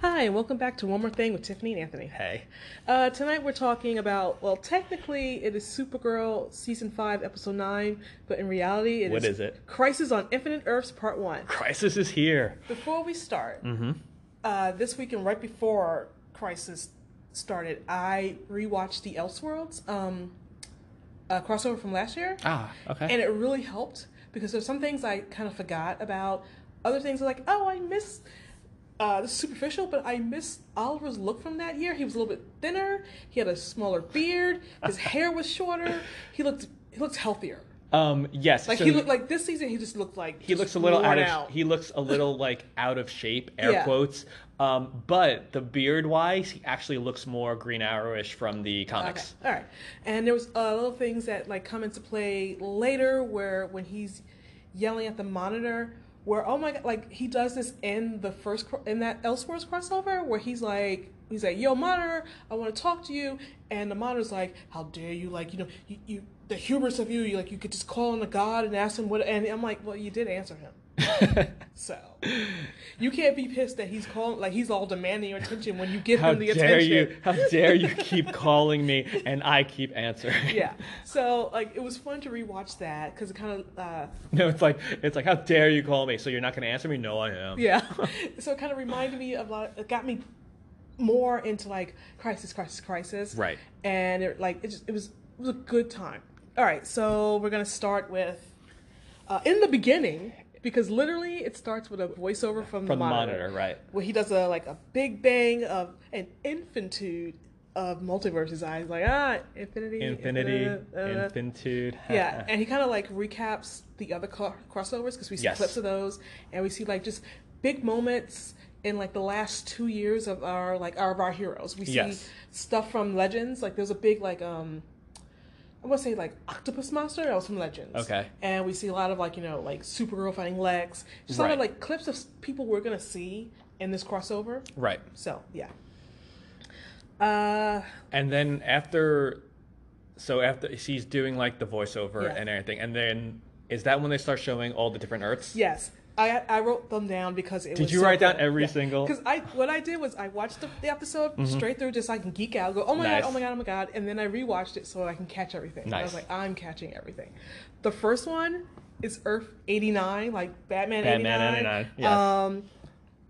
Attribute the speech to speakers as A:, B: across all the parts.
A: Hi, and welcome back to One More Thing with Tiffany and Anthony.
B: Hey.
A: Uh, tonight we're talking about, well, technically it is Supergirl Season 5, Episode 9, but in reality it is
B: What is it?
A: Crisis on Infinite Earths Part 1.
B: Crisis is here.
A: Before we start,
B: Mm-hmm.
A: uh, this weekend, right before Crisis started, I rewatched the Elseworlds um, uh, crossover from last year.
B: Ah, okay.
A: and it really helped because there's some things I kind of forgot about. Other things are like, oh, I miss uh, this is superficial, but I miss Oliver's look from that year. He was a little bit thinner. He had a smaller beard. His hair was shorter. He looked he looked healthier.
B: um, yes.
A: Like
B: so
A: he looked like this season. He just looked like
B: he looks a little out
A: worn
B: of
A: out.
B: he looks a little like out of shape. Air
A: Yeah.
B: quotes. Um, but the beard wise, he actually looks more Green Arrowish from the
A: Okay.
B: comics.
A: All right. And there was uh, little things that like come into play later, where when he's yelling at the monitor, where oh my god, like he does this in the first cro- in that Elseworlds crossover, where he's like. He's like, "Yo, monitor, I want to talk to you," and the monitor's like, "How dare you? Like, you know, you, you the hubris of you, you like, you could just call on the god and ask him what." And I'm like, "Well, you did answer him, so you can't be pissed that he's calling like he's all demanding your attention when you give
B: How
A: him the
B: dare
A: attention."
B: you? How dare you keep calling me and I keep answering?
A: yeah. So like it was fun to rewatch that because it kind of uh,
B: No, it's like it's like how dare you call me? So you're not going to answer me? No, I am.
A: yeah. so it kind of reminded me of a lot. It got me more into like crisis, crisis, crisis.
B: Right.
A: And it like it just it was it was a good time. All right. So we're gonna start with uh, in the beginning because literally it starts with a voiceover from,
B: From
A: the
B: the
A: monitor,
B: monitor, right?
A: where he does a like a big bang of an infinitude of multiverses. I was like ah infinity,
B: Infinity,
A: uh, uh,
B: infinitude.
A: Yeah, and he kind of like recaps the other co- crossovers because we see
B: Yes.
A: clips of those, and we see like just big moments in like the last two years of our like our of our heroes. We see
B: Yes.
A: stuff from Legends. Like there's a big like um, I want to say like Octopus Monster. That was from Legends.
B: Okay.
A: And we see a lot of like you know like Supergirl fighting Lex. Just a lot of
B: Right.
A: like clips of s- people we're gonna see in this crossover.
B: right.
A: So yeah. Uh,
B: And then after, so after she's doing like the voiceover
A: Yeah.
B: and everything, and then is that when they start showing all the different Earths?
A: Yes, I I wrote them down because it.
B: Did you write down every single- Mm-hmm.
A: Because I what I did was I watched the, the episode straight through just so I can geek out, go oh my
B: Nice.
A: god, oh my god, oh my god, and then I rewatched it so I can catch everything. And I was
B: Nice.
A: like, I'm catching everything. The first one is Earth eighty nine, like Batman, 89,
B: Batman 89, yes.
A: Um,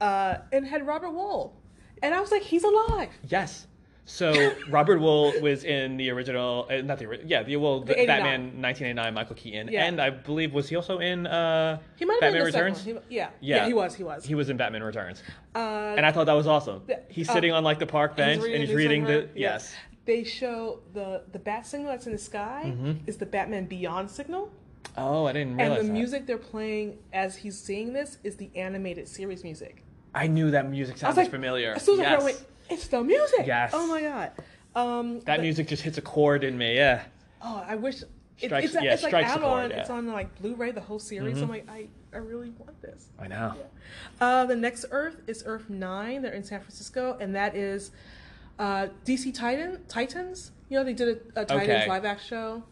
A: uh, and had Robert Wool, and I was like, he's alive.
B: Yes. So Robert Wool was in the original, uh, not the original, yeah, the well, the
A: The 89.
B: Batman 1989, Michael Keaton,
A: Yeah.
B: and I believe was he also in uh,
A: He might have
B: Batman
A: been in the second
B: Returns?
A: one. He- yeah, yeah, he was, he was.
B: He was in Batman Returns,
A: uh,
B: and I thought that was awesome.
A: Yeah,
B: He's
A: uh,
B: sitting on like the park bench and he's reading the
A: newspaper. Yeah.
B: yes.
A: They show the the bat signal that's in the sky is the Batman Beyond signal,
B: Oh, Mm-hmm. I didn't
A: and
B: realize
A: the
B: that.
A: music they're playing as he's seeing this is the animated series music.
B: I knew that
A: I
B: music
A: was
B: sounded
A: like
B: familiar.
A: As soon as I heard it, I
B: Yes.
A: went, it's the music.
B: Yes.
A: Oh my god. Um,
B: that
A: the-
B: music just hits a chord in me. Yeah.
A: Oh, I wish. It,
B: Strikes-
A: it's,
B: yeah,
A: it's like
B: strikes a
A: out
B: chord,
A: on.
B: yeah. Mm-hmm.
A: It's on like Blu-ray, the whole series. I'm like, I, I really want this.
B: I know.
A: Uh, the next Earth is Earth Nine. They're in San Francisco, and that is uh, DC Titan Titans. You know, they did a, a Titans
B: Okay.
A: live action show.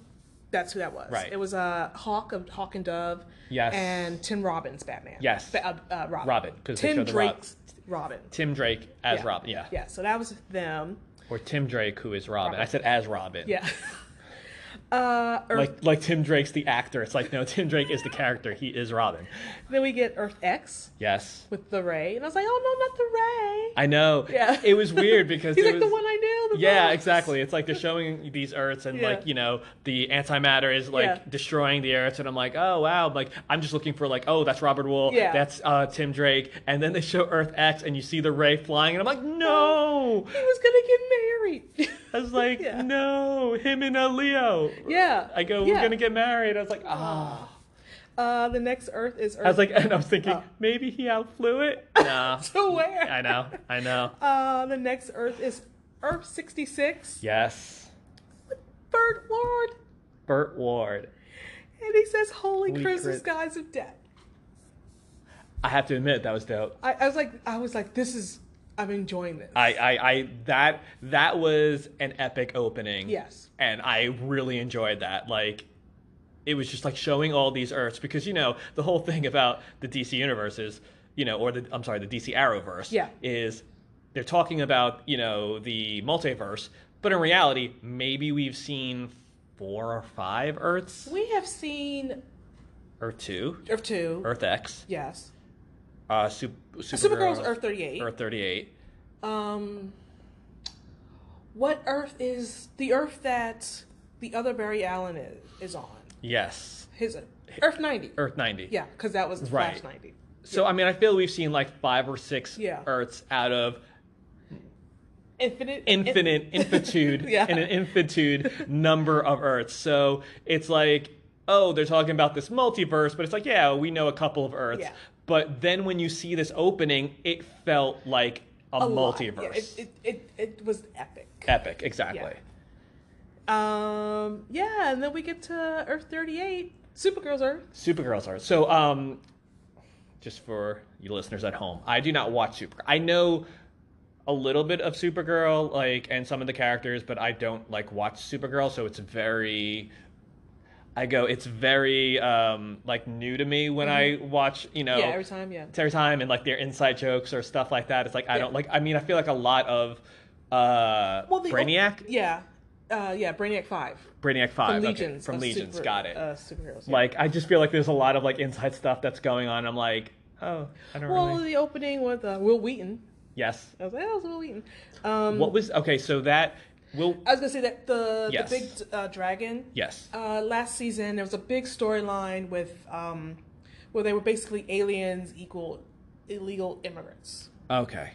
A: That's who that was.
B: Right.
A: It was uh, Hawk of Hawk and Dove.
B: Yes.
A: And Tim Robbins Batman.
B: Yes.
A: Ba- uh, uh, Robin.
B: Robin, 'cause they
A: Tim
B: showed the Rob-
A: Drake's Robin.
B: Tim Drake as Robin. Yeah.
A: Yeah. So that was them.
B: Or Tim Drake who is Robin.
A: Robin.
B: I said as Robin.
A: Yeah. uh, Earth.
B: Like like Tim Drake's the actor. It's like no, Tim Drake is the character. He is Robin.
A: then we get Earth X
B: Yes.
A: with the Ray, and I was like, oh no, not the Ray.
B: I know.
A: Yeah.
B: It was weird because
A: He's like
B: it was-
A: the one I knew. the
B: Yeah,
A: boss."
B: exactly. It's like they're showing these Earths and
A: Yeah.
B: like, you know, the antimatter is like
A: Yeah.
B: destroying the Earths and I'm like, oh wow, like I'm just looking for like, oh that's Robert Wool,
A: Yeah.
B: that's uh, Tim Drake, and then they show Earth X and you see the ray flying and I'm like, no.
A: He was gonna get married.
B: I was like,
A: Yeah.
B: no, him and a Leo.
A: Yeah.
B: I go,
A: Yeah.
B: we're gonna get married. I was like, ah.
A: Uh, the next Earth is Earth.
B: I was like, and I was thinking,
A: Oh.
B: maybe he outflew it. Nah.
A: to where?
B: I know. I know.
A: Uh, the next Earth is Earth 66.
B: Yes.
A: Bird Ward.
B: Burt Ward.
A: And he says, Holy
B: Holy
A: Christmas,
B: Chris-
A: guys of death.
B: I have to admit that was dope.
A: I, I was like, I was like, this is, I'm enjoying this.
B: I, I, I that that was an epic opening.
A: Yes.
B: And I really enjoyed that. Like it was just like showing all these Earths because you know, the whole thing about the DC universe is, you know, or the I'm sorry, the DC Arrowverse
A: Yeah.
B: is they're talking about you know the multiverse, but in reality, maybe we've seen four or five Earths,
A: We have seen
B: Earth Two,
A: Earth Two.
B: Earth X,
A: Yes.
B: uh, Sup-
A: Supergirl's Earth Thirty Eight.
B: Earth Thirty Eight.
A: Um. What Earth is the Earth that the other Barry Allen is, is on?
B: Yes,
A: His Earth ninety.
B: Earth ninety.
A: Yeah, because that was Flash
B: Right.
A: ninety.
B: So I mean, I feel we've seen like five or six
A: Yeah.
B: Earths out of
A: Infinite.
B: infinite infinitude
A: Yeah.
B: and an infinitude number of Earths. So it's like, oh, they're talking about this multiverse, but it's like, yeah, we know a couple of Earths.
A: Yeah.
B: But then when you see this opening, it felt like a,
A: a lot. Yeah,
B: multiverse.
A: it, it, it, it was epic.
B: Epic, exactly.
A: Um. Yeah, and then we get to Earth thirty eight. Supergirl's Earth.
B: Supergirl's Earth. So, um, just for you listeners at home, I do not watch Supergirl. I know a little bit of Supergirl, like, and some of the characters, but I don't like watch Supergirl, so it's very. I go, it's very um, like new to me when I watch, you know,
A: Mm-hmm. Yeah, every time. Yeah.
B: it's every time and like their inside jokes or stuff like that. It's like I
A: Yeah.
B: don't like. I mean, I feel like a lot of uh,
A: the-
B: Brainiac,
A: yeah. Uh, yeah, Brainiac Five
B: Brainiac Five
A: from
B: okay,
A: Legions.
B: from
A: of
B: Legions,
A: super-
B: got it.
A: Uh, superheroes. yeah.
B: Like I just feel like there's a lot of like inside stuff that's going on. I'm like, oh, I don't
A: well,
B: really.
A: the opening with uh, Will Wheaton.
B: Yes.
A: I was like, oh, it's Will Wheaton. Um,
B: What was okay? So that will
A: I was gonna say that the
B: Yes.
A: the big uh, dragon.
B: yes.
A: Uh, last season, there was a big storyline with um, where they were basically aliens equal illegal immigrants
B: Okay.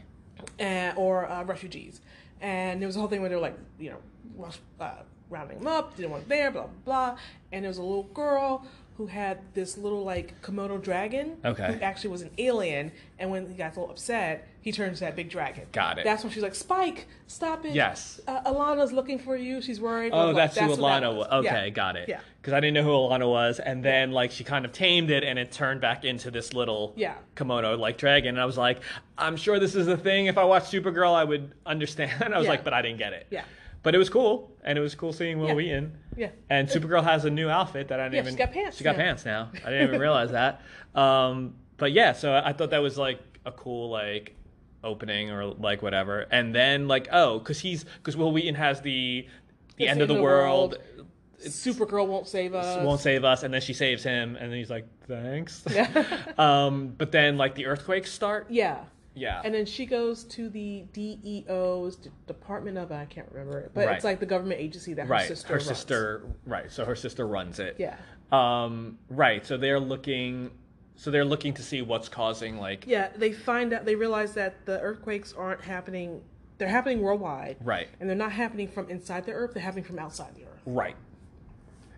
A: and, or uh, refugees, and there was a whole thing where they were like, you know, rush, uh, rounding them up, didn't want them there, blah blah blah, and there was a little girl who had this little like komodo dragon
B: Okay.
A: who actually was an alien, and when he got so upset, he turns to that big dragon.
B: Got it.
A: That's when she's like, Spike, stop it.
B: Yes.
A: uh, Alana's looking for you. She's worried.
B: Oh,
A: blah, blah,
B: that's, who
A: what that
B: Alana was.
A: was.
B: Okay,
A: Yeah.
B: got it.
A: Yeah.
B: Because I didn't know who Alana was, and then like she kind of tamed it, and it turned back into this little
A: Yeah.
B: kimono like dragon. And I was like, I'm sure this is a thing. If I watched Supergirl, I would understand. I was
A: Yeah.
B: like, but I didn't get it.
A: Yeah.
B: But it was cool, and it was cool seeing Will
A: Yeah.
B: Wheaton.
A: Yeah.
B: And Supergirl has a new outfit that I didn't
A: Yeah,
B: even.
A: she's got pants
B: She got
A: now.
B: pants now. I didn't even realize that. Um, but yeah, so I thought that was like a cool like opening or like whatever, and then like oh, because he's because Will Wheaton has the the
A: It's
B: end of the, world.
A: Supergirl won't save us.
B: Won't save us, and then she saves him, and then he's like, "Thanks."
A: Yeah.
B: um, but then, like, the earthquakes start.
A: yeah.
B: Yeah,
A: And then she goes to the DEO's D- Department of I can't remember it, but
B: Right.
A: it's like the government agency that her
B: right.
A: sister.
B: her
A: runs.
B: sister, right? So her sister runs it.
A: Yeah.
B: Um, right. So they're looking. So they're looking to see what's causing like.
A: Yeah. They find out. They realize that the earthquakes aren't happening. They're happening worldwide.
B: Right.
A: And they're not happening from inside the earth. They're happening from outside the earth.
B: Right.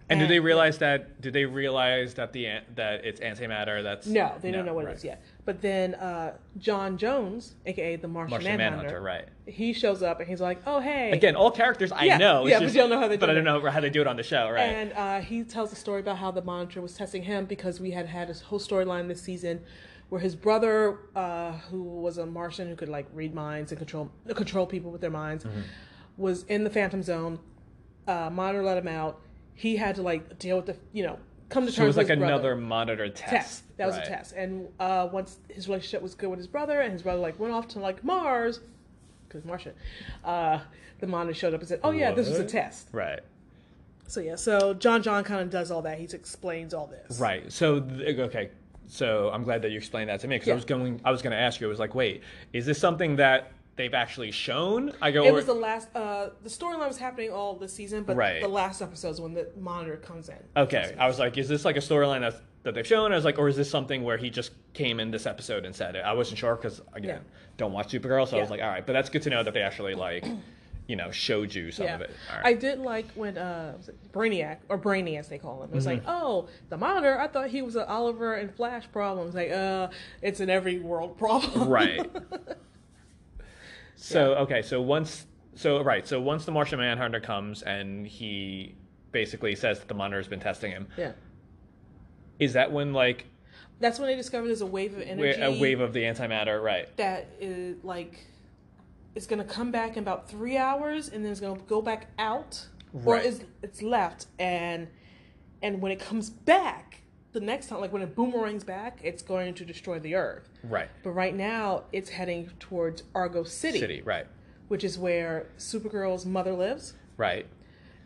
B: And, do
A: And-
B: they realize that? Do they realize that the an- that it's antimatter? That's
A: No, they don't know what
B: right.
A: it is yet. But then uh, John Jones, aka the Martian,
B: Martian Manhunter,
A: Manhunter
B: right?
A: he shows up and he's like, "Oh hey."
B: Again, all characters I
A: Yeah,
B: know. it's
A: yeah, but
B: just-
A: you don't know how they
B: But
A: do
B: I don't
A: it.
B: know how they do it on the show, right?
A: And uh, he tells a story about how the monitor was testing him because we had had this whole storyline this season where his brother, uh, who was a Martian who could like read minds and control control people with their minds,
B: Mm-hmm.
A: was in the Phantom Zone. Uh, monitor let him out. He had to like deal with the you know come to
B: so it
A: terms
B: was
A: with his
B: like
A: brother.
B: another monitor test.
A: test. That was
B: right.
A: a test. And uh, once his relationship was good with his brother, and his brother like went off to like Mars because Martian, uh, the monitor showed up and said, "Oh yeah, this was a
B: What?
A: test."
B: Right.
A: So yeah, so John John kind of does all that. He explains all this.
B: Right. So th- okay. So I'm glad that you explained that to me because I
A: Yeah.
B: was going. I was going to ask you. I was like, wait, is this something that they've actually shown? I go.
A: It
B: or-
A: was the last. Uh, the storyline was happening all this season, but
B: Right. Oh,
A: the last episode is when the monitor comes in.
B: okay. I was like, is this like a storyline that's that they've shown? I was like, or is this something where he just came in this episode and said it? I wasn't sure because again,
A: Yeah.
B: don't watch Supergirl, so I was
A: Yeah.
B: like, all right. But that's good to know that they actually like, you know, showed you some
A: Yeah,
B: of it. All
A: I
B: right.
A: did like when uh, was it Brainiac or Brainy as they call him. It was like,
B: Mm-hmm.
A: oh, the monitor. I thought he was an Oliver and Flash problem. It's like, uh, it's an every world problem.
B: right. So okay, so once so right, so once the Martian Manhunter comes and he basically says that the monitor's been testing him.
A: yeah.
B: Is that when like
A: That's when they discovered there's a wave of
B: wa-
A: energy.
B: a wave of the antimatter? Right.
A: that is like is going to come back in about three hours and then it's going to go back out or
B: Right.
A: is it's left and and when it comes back the next time, like when it boomerangs back, it's going to destroy the Earth.
B: Right.
A: But right now, it's heading towards Argo City,
B: City. Right.
A: which is where Supergirl's mother lives,
B: Right.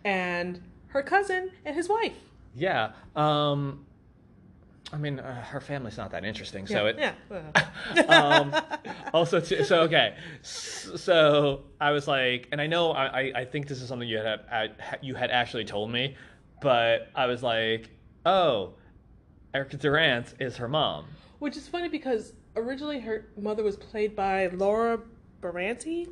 A: and her cousin and his wife.
B: Yeah. Um, I mean, uh, her family's not that interesting, so
A: yeah,
B: it.
A: yeah. uh,
B: um, also, too, so okay, S- so I was like, and I know I, I, I think this is something you had I, you had actually told me, but I was like, oh, Erica Durant is her mom.
A: which is funny because originally her mother was played by Laura Baranti.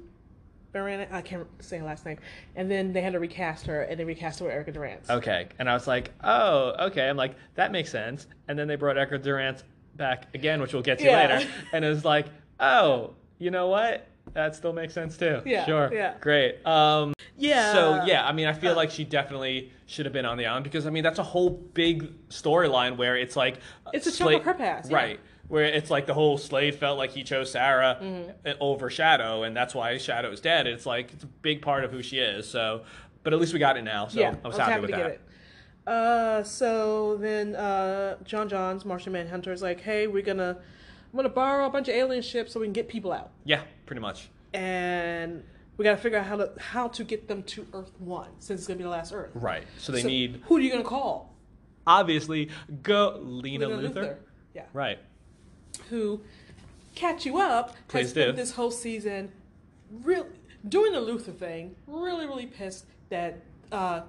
A: Baran, I can't say her last name. And then they had to recast her, and they recast her with Erica Durant.
B: Okay, and I was like, oh, okay. I'm like, that makes sense. And then they brought Erica Durant back again, which we'll get to
A: Yeah.
B: later, and it was like, oh, you know what? That still makes sense too.
A: Yeah,
B: sure.
A: yeah.
B: Great. Um,
A: Yeah.
B: So yeah, I mean, I feel like she definitely should have been on the island because I mean that's a whole big storyline where it's like
A: It's a chunk of her past, yeah.
B: right? Where it's like the whole Slade felt like he chose Sarah
A: Mm-hmm.
B: uh, over Shadow, and that's why Shadow's dead. It's like it's a big part of who she is. So, but at least we got it now. So I was happy, with that.
A: it. Uh, so then uh, John Johns, Martian Manhunter, is like, "Hey, we're gonna, I'm gonna borrow a bunch of alien ships so we can get people out,
B: Yeah, pretty much.
A: and we gotta figure out how to how to get them to Earth One since it's gonna be the last Earth.
B: Right. So they
A: So
B: need
A: who are you gonna call?
B: obviously go Lena,
A: Lena
B: Luther.
A: Yeah.
B: Right.
A: Who catch you up?
B: Please
A: has spent
B: do.
A: This whole season, real doing the Luther thing. Really, really pissed that uh,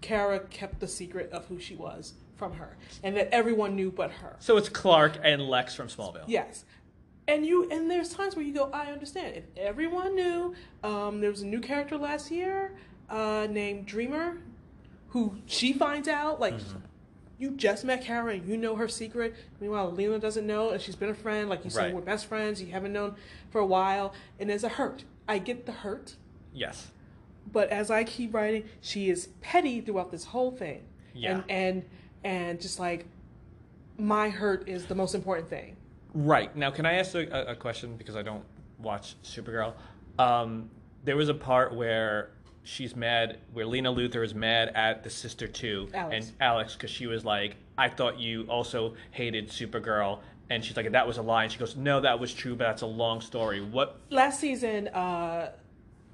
A: Kara kept the secret of who she was from her, and that everyone knew but her.
B: So it's Clark and Lex from Smallville.
A: Yes. And you and there's times where you go, I understand. If everyone knew, um, there was a new character last year uh, named Dreamer, who she finds out like
B: Mm-hmm.
A: you just met Kara and you know her secret. Meanwhile, Lena doesn't know, and she's been a friend. Like you said,
B: Right.
A: we're best friends. You haven't known for a while, and there's a hurt. I get the hurt,
B: Yes.
A: but as I keep writing, she is petty throughout this whole thing.
B: Yeah.
A: And and and just like my hurt is the most important thing.
B: Right. Now, can I ask a, a- a question because I don't watch Supergirl? Um, there was a part where she's mad, where Lena Luthor is mad at the sister too,
A: Alex.
B: and Alex, because she was like, "I thought you also hated Supergirl," and she's like, "That was a lie." And she goes, "No, that was true, but that's a long story." What?
A: last season, uh,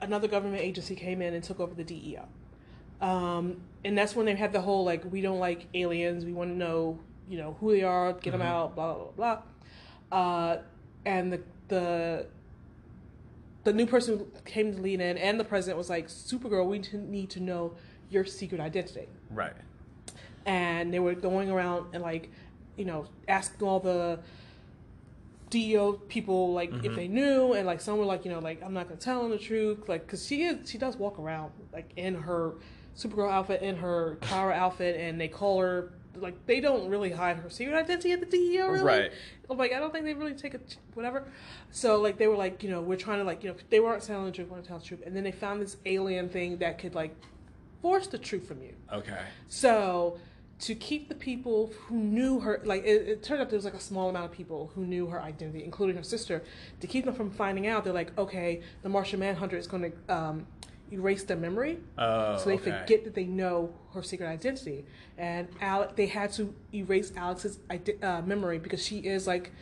A: another government agency came in and took over the DEO. Um, and that's when they had the whole like, we don't like aliens. We want to know, you know, who they are, get them out, blah blah blah. blah. Uh, and the the the new person who came to lead in and the president was like, Supergirl, we t- need to know your secret identity
B: Right.
A: and they were going around and like you know asking all the DEO people like if they knew and like some were like you know like I'm not gonna tell them the truth like because she is she does walk around like in her Supergirl outfit in her Kara outfit and they call her like they don't really hide her secret identity at the DEO really
B: Right.
A: I'm like I don't think they really take a ch- whatever so like they were like you know we're trying to like you know they weren't telling the truth weren't telling the truth and then they found this alien thing that could like force the truth from you
B: Okay.
A: so to keep the people who knew her, like it, it turned out there was like a small amount of people who knew her identity, including her sister, to keep them from finding out, they're like, okay, the Martian Manhunter is going to um, erase their memory,
B: Oh.
A: so they
B: okay.
A: forget that they know her secret identity. And Alec, they had to erase Alex's ide- uh, memory because she is like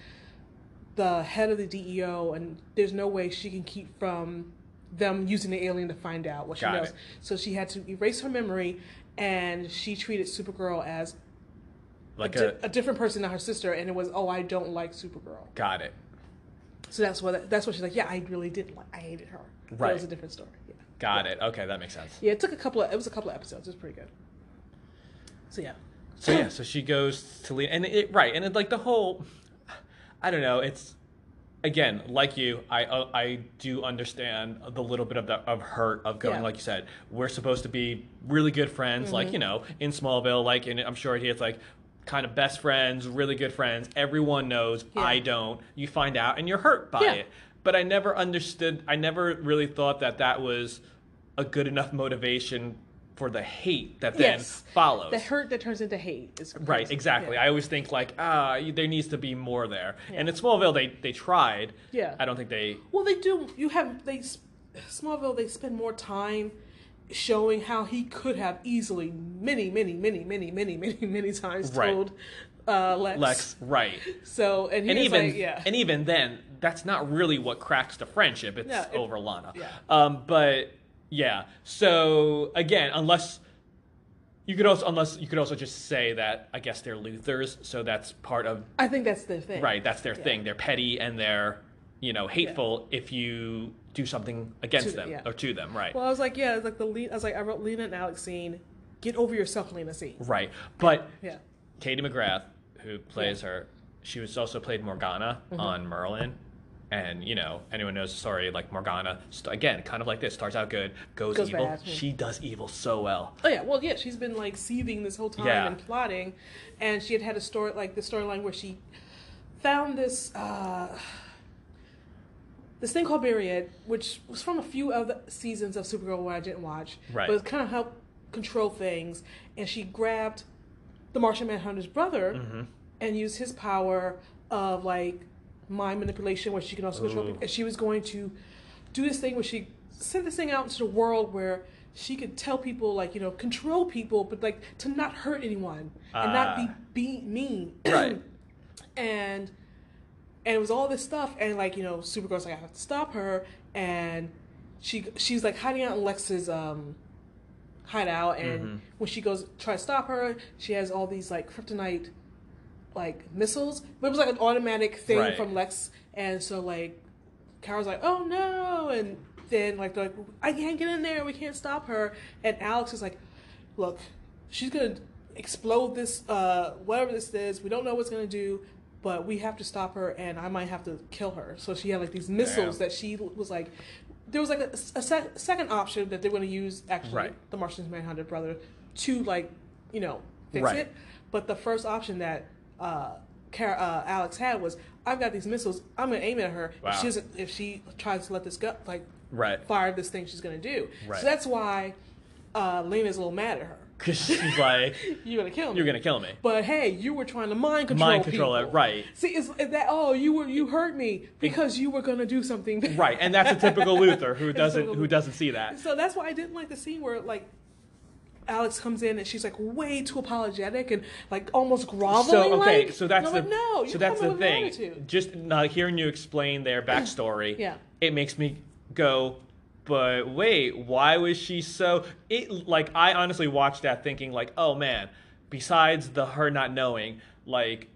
A: the head of the DEO, and there's no way she can keep from them using the alien to find out what
B: Got
A: she knows.
B: it.
A: So she had to erase her memory, and she treated Supergirl as
B: Like
A: a, di-
B: a.
A: a different person than her sister, and it was, oh, I don't like Supergirl.
B: Got it.
A: So that's what that's what she's like. Yeah, I really didn't like. I hated her. That
B: Right.
A: was a different story. Yeah.
B: Got it. Okay, that makes sense.
A: Yeah, it took a couple of. It was a couple of episodes. It was pretty good. So yeah.
B: So yeah, so she goes to Lena, and it right, and it, like the whole, I don't know. It's again like you, I uh, I do understand the little bit of the of hurt of going
A: Yeah. Mm-hmm.
B: like you said. We're supposed to be really good friends, like you know, in Smallville, like and I'm sure here it's like kind of best friends, really good friends. Everyone knows.
A: Yeah.
B: I don't. You find out, and you're hurt by
A: Yeah.
B: it. But I never understood. I never really thought that that was a good enough motivation for the hate that then
A: Yes.
B: follows.
A: The hurt that turns into hate is
B: Right,
A: crazy.
B: exactly.
A: Yeah.
B: I always think like, ah, you- there needs to be more there. And
A: Yeah.
B: in Smallville, they they tried.
A: Yeah.
B: I don't think they.
A: Well, they do. You have they s- Smallville. They spend more time showing how he could have easily many, many, many, many, many, many, many times
B: Right.
A: told uh, Lex.
B: Lex, right?
A: So and
B: and
A: he's
B: even
A: like, yeah,
B: and even then, that's not really what cracks the friendship. It's
A: No, it-
B: over Lana.
A: yeah.
B: Um, but yeah. So again, unless you could also unless you could also just say that I guess they're Luthers, so that's part of
A: I think that's their thing.
B: right. That's their thing. They're petty and they're you know hateful if you do something against
A: To-
B: them
A: yeah.
B: or to them. Right.
A: Well, I was like, yeah, it's like the lead. I was like, I wrote Lena and Alexine. Get over yourself, Lena C.
B: right. But
A: Yeah.
B: Katie McGrath, who plays her, she was also played Morgana
A: Mm-hmm.
B: on Merlin. And you know, anyone knows the story. Like Morgana, st- again, kind of like this, starts out good, goes,
A: Goes
B: evil.
A: bad, yeah.
B: She does evil so well.
A: Oh yeah, well yeah, she's been like seething this whole time
B: Yeah.
A: and plotting, and she had had a story like the storyline where she found this uh, this thing called Myriad, which was from a few other seasons of Supergirl where I didn't watch,
B: Right.
A: but it kind of helped control things, and she grabbed the Martian Manhunter's brother
B: Mm-hmm.
A: and used his power of like mind manipulation, where she can also control.
B: Ooh.
A: people. And she was going to do this thing where she sent this thing out into the world where she could tell people, like you know, control people, but like to not hurt anyone and not be
B: Ah.
A: be mean.
B: Right.
A: and and it was all this stuff, and like you know, Supergirl's like I have to stop her, and she she's like hiding out in Lex's um hideout, and
B: Mm-hmm.
A: when she goes try to stop her, she has all these like kryptonite like missiles, but it was like an automatic thing
B: Right.
A: from Lex, and so like Kara's like, oh no, and then like they're like, I can't get in there, we can't stop her, and Alex is like, look, she's gonna explode this uh whatever this is, we don't know what's gonna do. But we have to stop her, and I might have to kill her. So she had like these missiles
B: Damn.
A: that she was like, there was like a, a sec- second option that they're going to use actually
B: Right.
A: the Martian's Manhunter brother to like you know fix
B: Right.
A: it. But the first option that uh, Cara, uh, Alex had was I've got these missiles. I'm going to aim at her.
B: Wow.
A: If she doesn't, if she tries to let this go, like
B: Right.
A: fire this thing, she's going to do.
B: Right.
A: So that's why uh, Lena's a little mad at her.
B: Because she's like,
A: You're going to kill me.
B: you're going to kill me.
A: But hey, you were trying to mind control
B: Mind control it,
A: people.
B: right.
A: See, it's it's that oh you were you hurt me because you were going to do something.
B: Right. And that's a typical Luther who doesn't
A: typical
B: who
A: Luther.
B: doesn't see that.
A: So that's why I didn't like the scene where like Alex comes in and she's like way too apologetic and like almost groveling.
B: So okay,
A: like.
B: so that's
A: And I'm
B: the
A: like, no. You
B: so that's
A: come
B: the
A: in with an
B: thing.
A: attitude.
B: Just uh, hearing you explain their backstory,
A: Yeah.
B: it makes me go. But wait, why was she so? It like I honestly watched that thinking like, oh man. Besides the her not knowing, like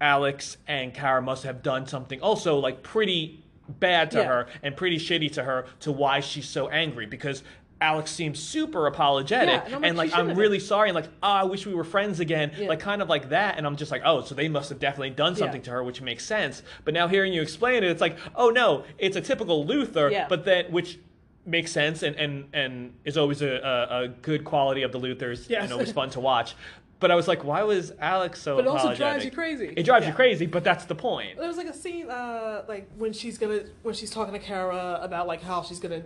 B: Alex and Kara must have done something also like pretty bad to
A: Yeah.
B: her and pretty shitty to her to why she's so angry because Alex seems super apologetic
A: Yeah, and I'm like, she
B: and like
A: shouldn't
B: I'm
A: have.
B: really sorry and like oh, I wish we were friends again
A: Yeah.
B: like kind of like that and I'm just like oh so they must have definitely done something
A: Yeah.
B: to her which makes sense but now hearing you explain it it's like oh no it's a typical Luther
A: Yeah.
B: but then which makes sense and and and is always a, a, a good quality of the Luthers
A: Yes.
B: and always fun to watch but I was like why was Alex so
A: But it also
B: apologetic?
A: drives you crazy.
B: it drives you
A: Yeah.
B: crazy but that's the point
A: There was like a scene uh, like when she's gonna when she's talking to Kara about like how she's gonna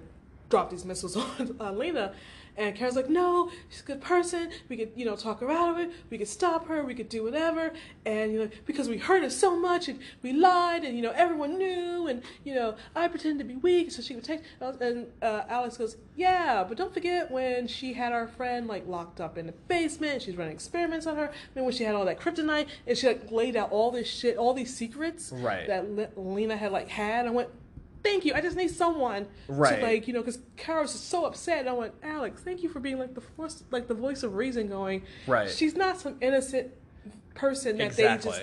A: drop these missiles on uh, Lena. And Kara's like, no, she's a good person. We could, you know, talk her out of it. We could stop her. We could do whatever. And you know, because we hurt her so much, and we lied, and you know, everyone knew, and you know, I pretended to be weak so she could take. And uh, Alex goes, yeah, but don't forget when she had our friend like locked up in the basement. She's running experiments on her. Then when she had all that kryptonite, and she like laid out all this shit, all these secrets
B: Right.
A: that Le- Lena had like had. I went, thank you. I just need someone
B: Right.
A: to like you know because Kara was just so upset. And I went, Alex, thank you for being like the force, like the voice of reason. Going,
B: Right.
A: She's not some innocent person that they
B: Exactly.
A: just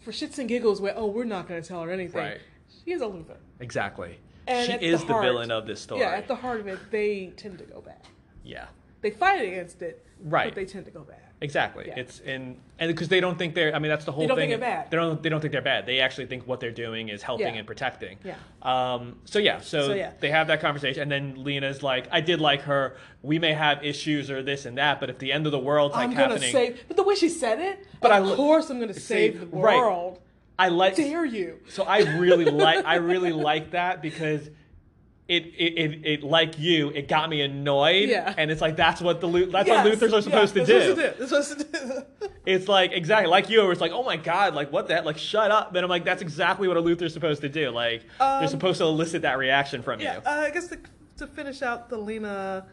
A: for shits and giggles went, oh, we're not going to tell her anything.
B: Right.
A: She is a Luther.
B: exactly
A: And
B: she
A: at
B: is
A: heart-
B: the villain of this story
A: Yeah, at the heart of it, they tend to go back.
B: yeah
A: They fight against it,
B: Right.
A: But they tend to go back.
B: Exactly.
A: Yeah.
B: It's in and because they don't think they're. I mean, that's the whole
A: don't
B: thing.
A: think they're bad.
B: They don't. They don't think they're bad. They actually think what they're doing is helping
A: Yeah.
B: and protecting.
A: Yeah.
B: Um. So yeah. So,
A: So, yeah.
B: they have that conversation, and then Lena's like, "I did like her. We may have issues or this and that, but if the end of the world's like
A: I'm gonna
B: happening,
A: save, but the way she said it,
B: But
A: of
B: I lo-
A: course I'm gonna
B: save-
A: save, the
B: right.
A: world.
B: I like
A: Dare you?
B: So I really like I really like that because it it, it it like you it got me annoyed
A: Yeah.
B: and it's like that's what the Lu- that's
A: Yes,
B: what Luthers are
A: yes,
B: supposed to
A: that's
B: do.
A: What she did. That's what she did.
B: It's like exactly like you. Where it's like, oh my god, like what the heck? Like shut up. Then I'm like, that's exactly what a Luther's supposed to do. Like they're
A: Um,
B: supposed to elicit that reaction from
A: yeah,
B: you.
A: uh, I guess to, to finish out the Lena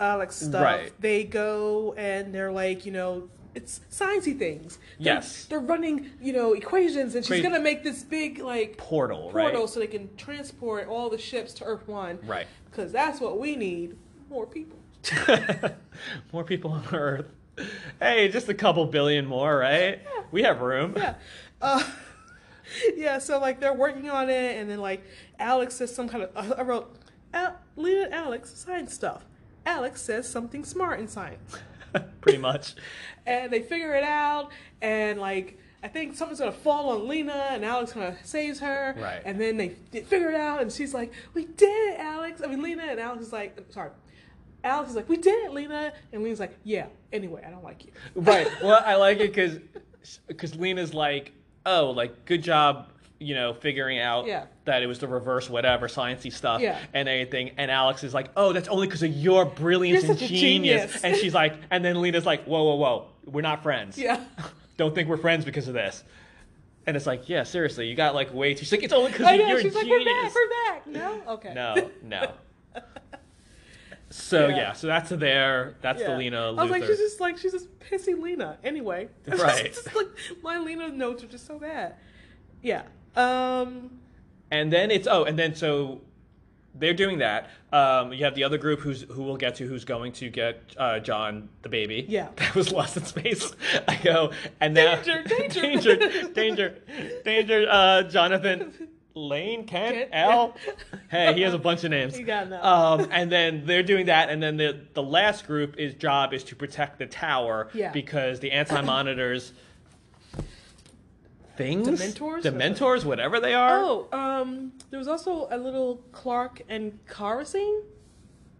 A: Alex stuff,
B: Right.
A: they go and they're like, you know, it's sciencey things. They're-
B: Yes.
A: they're running you know equations, and she's
B: Equation-
A: gonna make this big like
B: Portal, right?
A: portal so they can transport all the ships to Earth One.
B: Right.
A: Because that's what we need: more people.
B: more people on Earth. Hey, just a couple billion more, right? We have room.
A: Yeah. Uh, yeah, so like they're working on it, and then like Alex says some kind of. I wrote, Al- Lena and Alex, science stuff. Alex says something smart in science.
B: Pretty much.
A: And they figure it out, and like. I think something's gonna fall on Lena, and Alex gonna saves her.
B: Right.
A: And then they they figure it out, and she's like, "We did it, Alex." I mean, Lena and Alex is like, "Sorry." Alex is like, "We did it, Lena," and Lena's like, "Yeah." Anyway, I don't like you.
B: Right. Well, I like it because because Lena's like, oh, like good job, you know, figuring out
A: Yeah.
B: that it was the reverse whatever sciencey stuff
A: Yeah.
B: and everything. And Alex is like, oh, that's only because of your brilliance
A: You're
B: and
A: such a
B: genius.
A: genius.
B: And she's like, and then Lena's like, whoa, whoa, whoa, we're not friends.
A: Yeah.
B: Don't think we're friends because of this. And it's like, yeah, seriously, you got like way too. She's like, it's only because
A: I
B: of
A: know.
B: your
A: She's
B: genius.
A: like, "We're back. We're back." No. Okay.
B: No, no. So yeah.
A: Yeah.
B: so that's their that's the Lena Luther.
A: I was like, she's just like she's just pissy Lena. Anyway, It's
B: Right.
A: just like my Lena notes are just so bad. Yeah. Um.
B: and then it's oh, and then so they're doing that. Um, you have the other group who's who we'll get to who's going to get uh, John the baby.
A: Yeah.
B: that was lost in space. I go and now
A: Danger, danger.
B: danger, danger, danger. Uh, Jonathan. Lane, Kent,
A: Kent,
B: Al.
A: yeah.
B: Hey, he has a bunch of names.
A: You got that.
B: Um, and then they're doing that, and then the the last group is job is to protect the tower
A: Yeah.
B: because the anti monitors things
A: Dementors?
B: dementors whatever they are
A: Oh. Um. There was also a little Clark and Kara scene.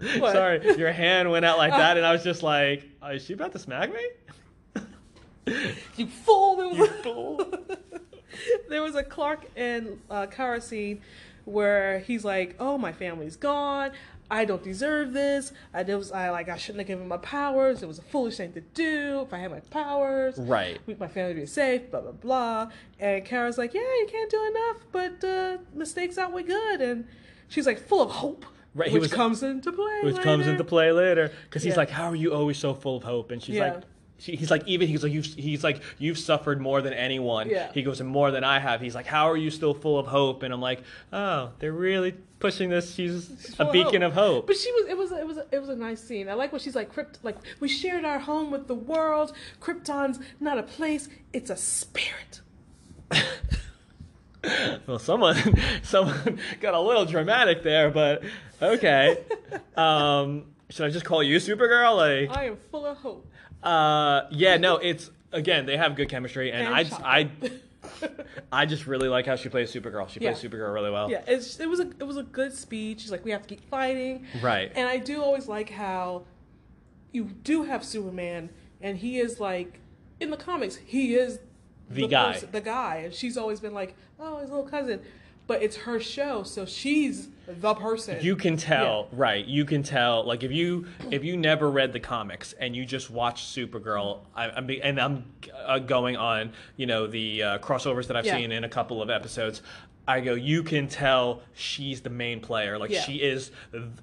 A: What? Uh,
B: Sorry, your hand went out like that, and I was just like, oh, "Is she about to smack me?"
A: You fool! There was,
B: You fool.
A: there was a Clark and uh, Kara scene where he's like, "Oh, my family's gone. I don't deserve this. I it was I like I shouldn't have given my powers. It was a foolish thing to do. If I had my powers,
B: right.
A: we- my family be safe, blah blah blah. And Kara's like, yeah, you can't do enough, but uh, mistakes outweigh good. And she's like full of hope,
B: Right, he
A: which
B: was-
A: comes into play.
B: Which comes into play later, because he's
A: Yeah.
B: like, "How are you always so full of hope?" And she's
A: Yeah.
B: like. She, he's like even he's like you've he's like you've suffered more than anyone.
A: Yeah.
B: He goes and more than I have. He's like, how are you still full of hope? And I'm like, oh, they're really pushing this. She's, a beacon of hope.
A: But she was it was it was it was a nice scene. I like what she's like. Crypt like we shared our home with the world. Krypton's not a place; it's a spirit.
B: Well, someone, someone got a little dramatic there, but okay. um, should I just call you Supergirl? Like,
A: I am full of hope.
B: uh, yeah, no, it's again they have good chemistry, and,
A: And
B: I,
A: chocolate.
B: I, I just really like how she plays Supergirl. She plays
A: Yeah.
B: Supergirl really well.
A: yeah, it's, it was a it was a good speech. She's like, we have to keep fighting.
B: Right.
A: And I do always like how you do have Superman, and he is like in the comics, he is
B: The guy.
A: the guy, and she's always been like, oh, his little cousin, but it's her show, so she's the person.
B: You can tell, right? You can tell. Like if you if you never read the comics and you just watch Supergirl, I, I'm be- and I'm uh, going on, you know, the uh, crossovers that I've
A: Yeah.
B: seen in a couple of episodes. I go, you can tell she's the main player. Like
A: Yeah.
B: she is,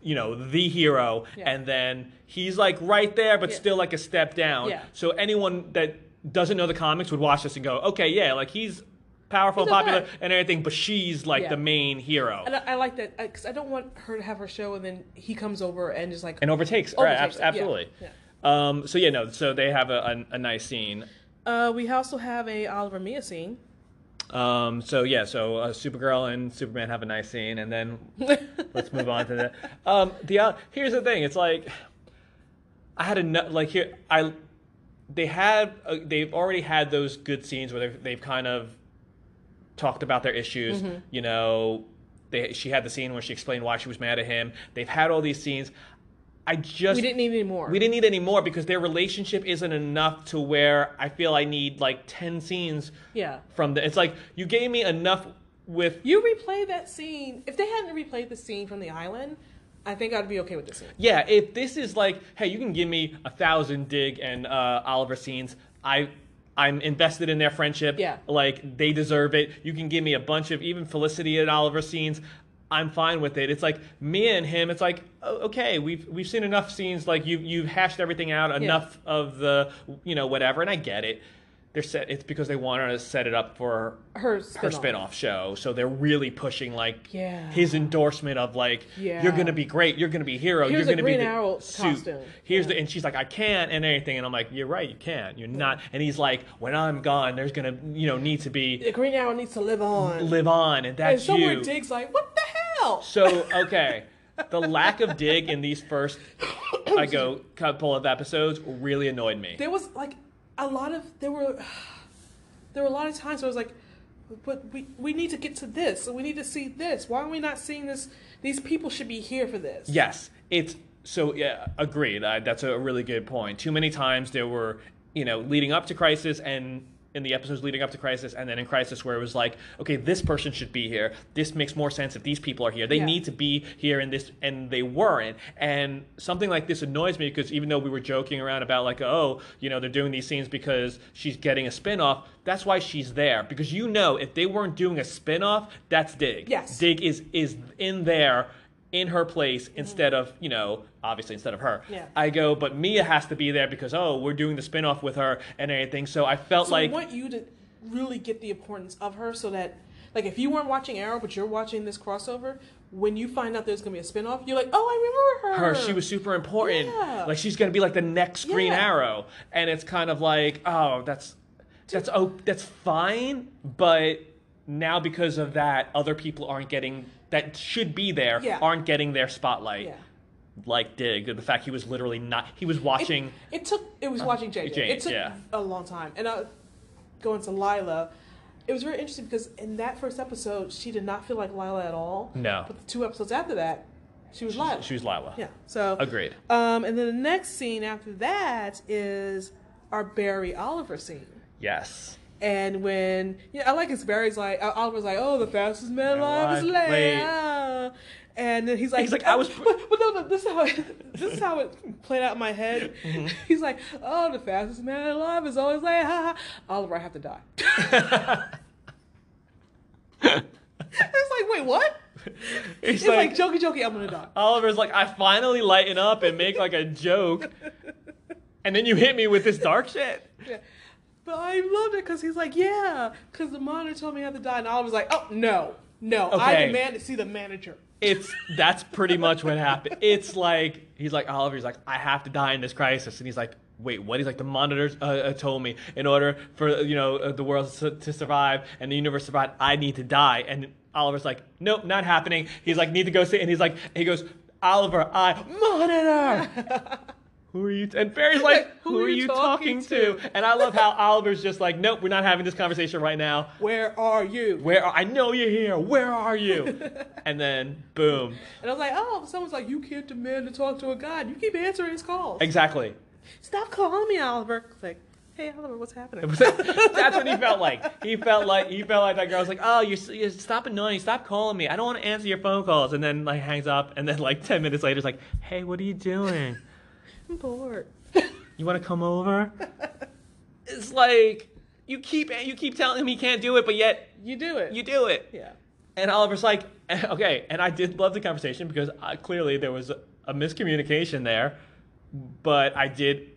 B: you know, the hero,
A: Yeah.
B: and then he's like right there, but
A: Yeah.
B: still like a step down.
A: Yeah.
B: So anyone that doesn't know the comics would watch this and go, okay, yeah, like he's powerful,
A: He's
B: popular,
A: okay.
B: and everything, but she's like
A: Yeah.
B: the main hero.
A: And I, I like that because I don't want her to have her show, and then he comes over and just like
B: and overtakes. right,
A: Overtakes
B: abs-
A: it, yeah,
B: absolutely.
A: yeah.
B: Um, so yeah, no. So they have a, a, a nice scene.
A: Uh, we also have a Oliver Mia scene.
B: Um, so yeah, so uh, Supergirl and Superman have a nice scene, and then let's move on to the. Um, the uh, here's the thing. It's like I had a nu- like here I they had uh, they've already had those good scenes where they've, they've kind of talked about their issues.
A: Mm-hmm.
B: You know, they, she had the scene where she explained why she was mad at him. They've had all these scenes. I just
A: We didn't need any more.
B: we didn't need any more because their relationship isn't enough to where I feel I need like ten scenes
A: Yeah.
B: from the. It's like you gave me enough with
A: You replay that scene. If they hadn't replayed the scene from the island, I think I'd be okay with the scene.
B: yeah. If this is like, hey, you can give me a thousand Dig and uh, Oliver scenes, I. I'm invested in their friendship.
A: Yeah.
B: Like, they deserve it. You can give me a bunch of even Felicity and Oliver scenes. I'm fine with it. It's like me and him. It's like oh, okay, we've we've seen enough scenes. Like you you've hashed everything out enough of the you know whatever, and I get it. They're set. It's because they wanted to set it up for
A: Her
B: her
A: spin-off.
B: spin-off show so they're really pushing like
A: Yeah.
B: his endorsement of like
A: Yeah.
B: you're gonna be great you're gonna be hero
A: Here's a
B: you're gonna
A: Green
B: be the
A: Arrow
B: suit.
A: costume.
B: here's
A: Yeah.
B: the and she's like i can't and anything and i'm like you're right you can't you're not and he's like when i'm gone there's gonna you know need to be
A: The Green Arrow needs to live on.
B: live on and
A: and
B: that's
A: somewhere
B: you
A: Dig's like, what the hell?
B: so okay the lack of dig in these first i go couple of episodes really annoyed me
A: there was like a lot of there were there were a lot of times where I was like, but we we need to get to this. We need to see this. Why are we not seeing this? These people should be here for this.
B: Yes, it's so yeah, agreed. I, that's a really good point. Too many times there were, you know, leading up to Crisis and in the episodes leading up to Crisis and then in Crisis where it was like, okay, this person should be here. This makes more sense if these people are here. They
A: Yeah.
B: need to be here in this and they weren't. And something like this annoys me because even though we were joking around about like, oh, you know, they're doing these scenes because she's getting a spin-off, that's why she's there because you know if they weren't doing a spin-off, that's Dig.
A: Yes.
B: Dig Dig is is in there in her place instead of you know obviously instead of her
A: Yeah.
B: i go but mia has to be there because oh we're doing the spin-off with her and everything so i felt
A: So
B: like
A: we want you to really get the importance of her, so that like if you weren't watching Arrow but you're watching this crossover, when you find out there's gonna be a spinoff, you're like, oh, I remember her.
B: her she was super important
A: Yeah.
B: like she's gonna be like the next green
A: Yeah.
B: arrow and it's kind of like oh that's that's oh that's fine but now because of that other people aren't getting that should be there
A: Yeah.
B: aren't getting their spotlight
A: Yeah.
B: like dig the fact he was literally not he was watching Uh,
A: It took. It was watching JJ.
B: Jane,
A: it took
B: yeah.
A: a long time. And uh, going to Lila, it was very interesting because in that first episode, she did not feel like Lila at all.
B: No.
A: But the two episodes after that, she was Lila.
B: she was lila
A: yeah. So.
B: Agreed.
A: Um, and then the next scene after that is our Barry Oliver scene.
B: Yes.
A: And when you know, I like his Barry's like uh, Oliver's like, oh, the fastest man
B: Man
A: alive is
B: alive. Wait.
A: Leia. And then he's like,
B: He's like, I was-
A: but, but no, no, this is how it, this is how it played out in my head.
B: Mm-hmm.
A: He's like, oh, the fastest man alive is always Leia. Ha, ha. Oliver, I have to die. it's like, wait, what? It's
B: He's uh,
A: like, jokey, jokey, I'm gonna die.
B: Oliver's like, I finally lighten up and make like a joke, and then you hit me with this dark shit.
A: Yeah. But I loved it because he's like, yeah, because the monitor told me I have to die, and Oliver's like, oh no, no, I
B: Okay.
A: demand to see the manager.
B: It's that's pretty much what happened. It's like he's like Oliver's like, I have to die in this crisis, and he's like, wait, what? He's like, the monitors uh, uh, told me in order for you know uh, the world to, to survive and the universe survive, I need to die. And Oliver's like, nope, not happening. He's like, need to go see, and he's like, he goes, Oliver, I monitor. who are you? T-? And Barry's like, who, are, you talking, to? And I love how Oliver's just like, nope, we're not having this conversation right now.
A: Where are you?
B: Where are, I know you're here. Where are you? and then boom,
A: And I was like, oh, someone's like, you can't demand to talk to a god. You keep answering his calls.
B: exactly.
A: Stop calling me, Oliver. Click. Hey, Oliver, what's happening?
B: That's what he felt like. He felt like he felt like that girl was like, "Oh, you, you stop annoying, stop calling me. I don't want to answer your phone calls." And then like hangs up, and then like ten minutes later, is like, "Hey, what are you doing?
A: I'm bored.
B: You want to come over?" It's like you keep you keep telling him he can't do it, but yet
A: You do it.
B: you do it.
A: Yeah.
B: And Oliver's like, okay. And I did love the conversation because uh clearly there was a miscommunication there, but I did.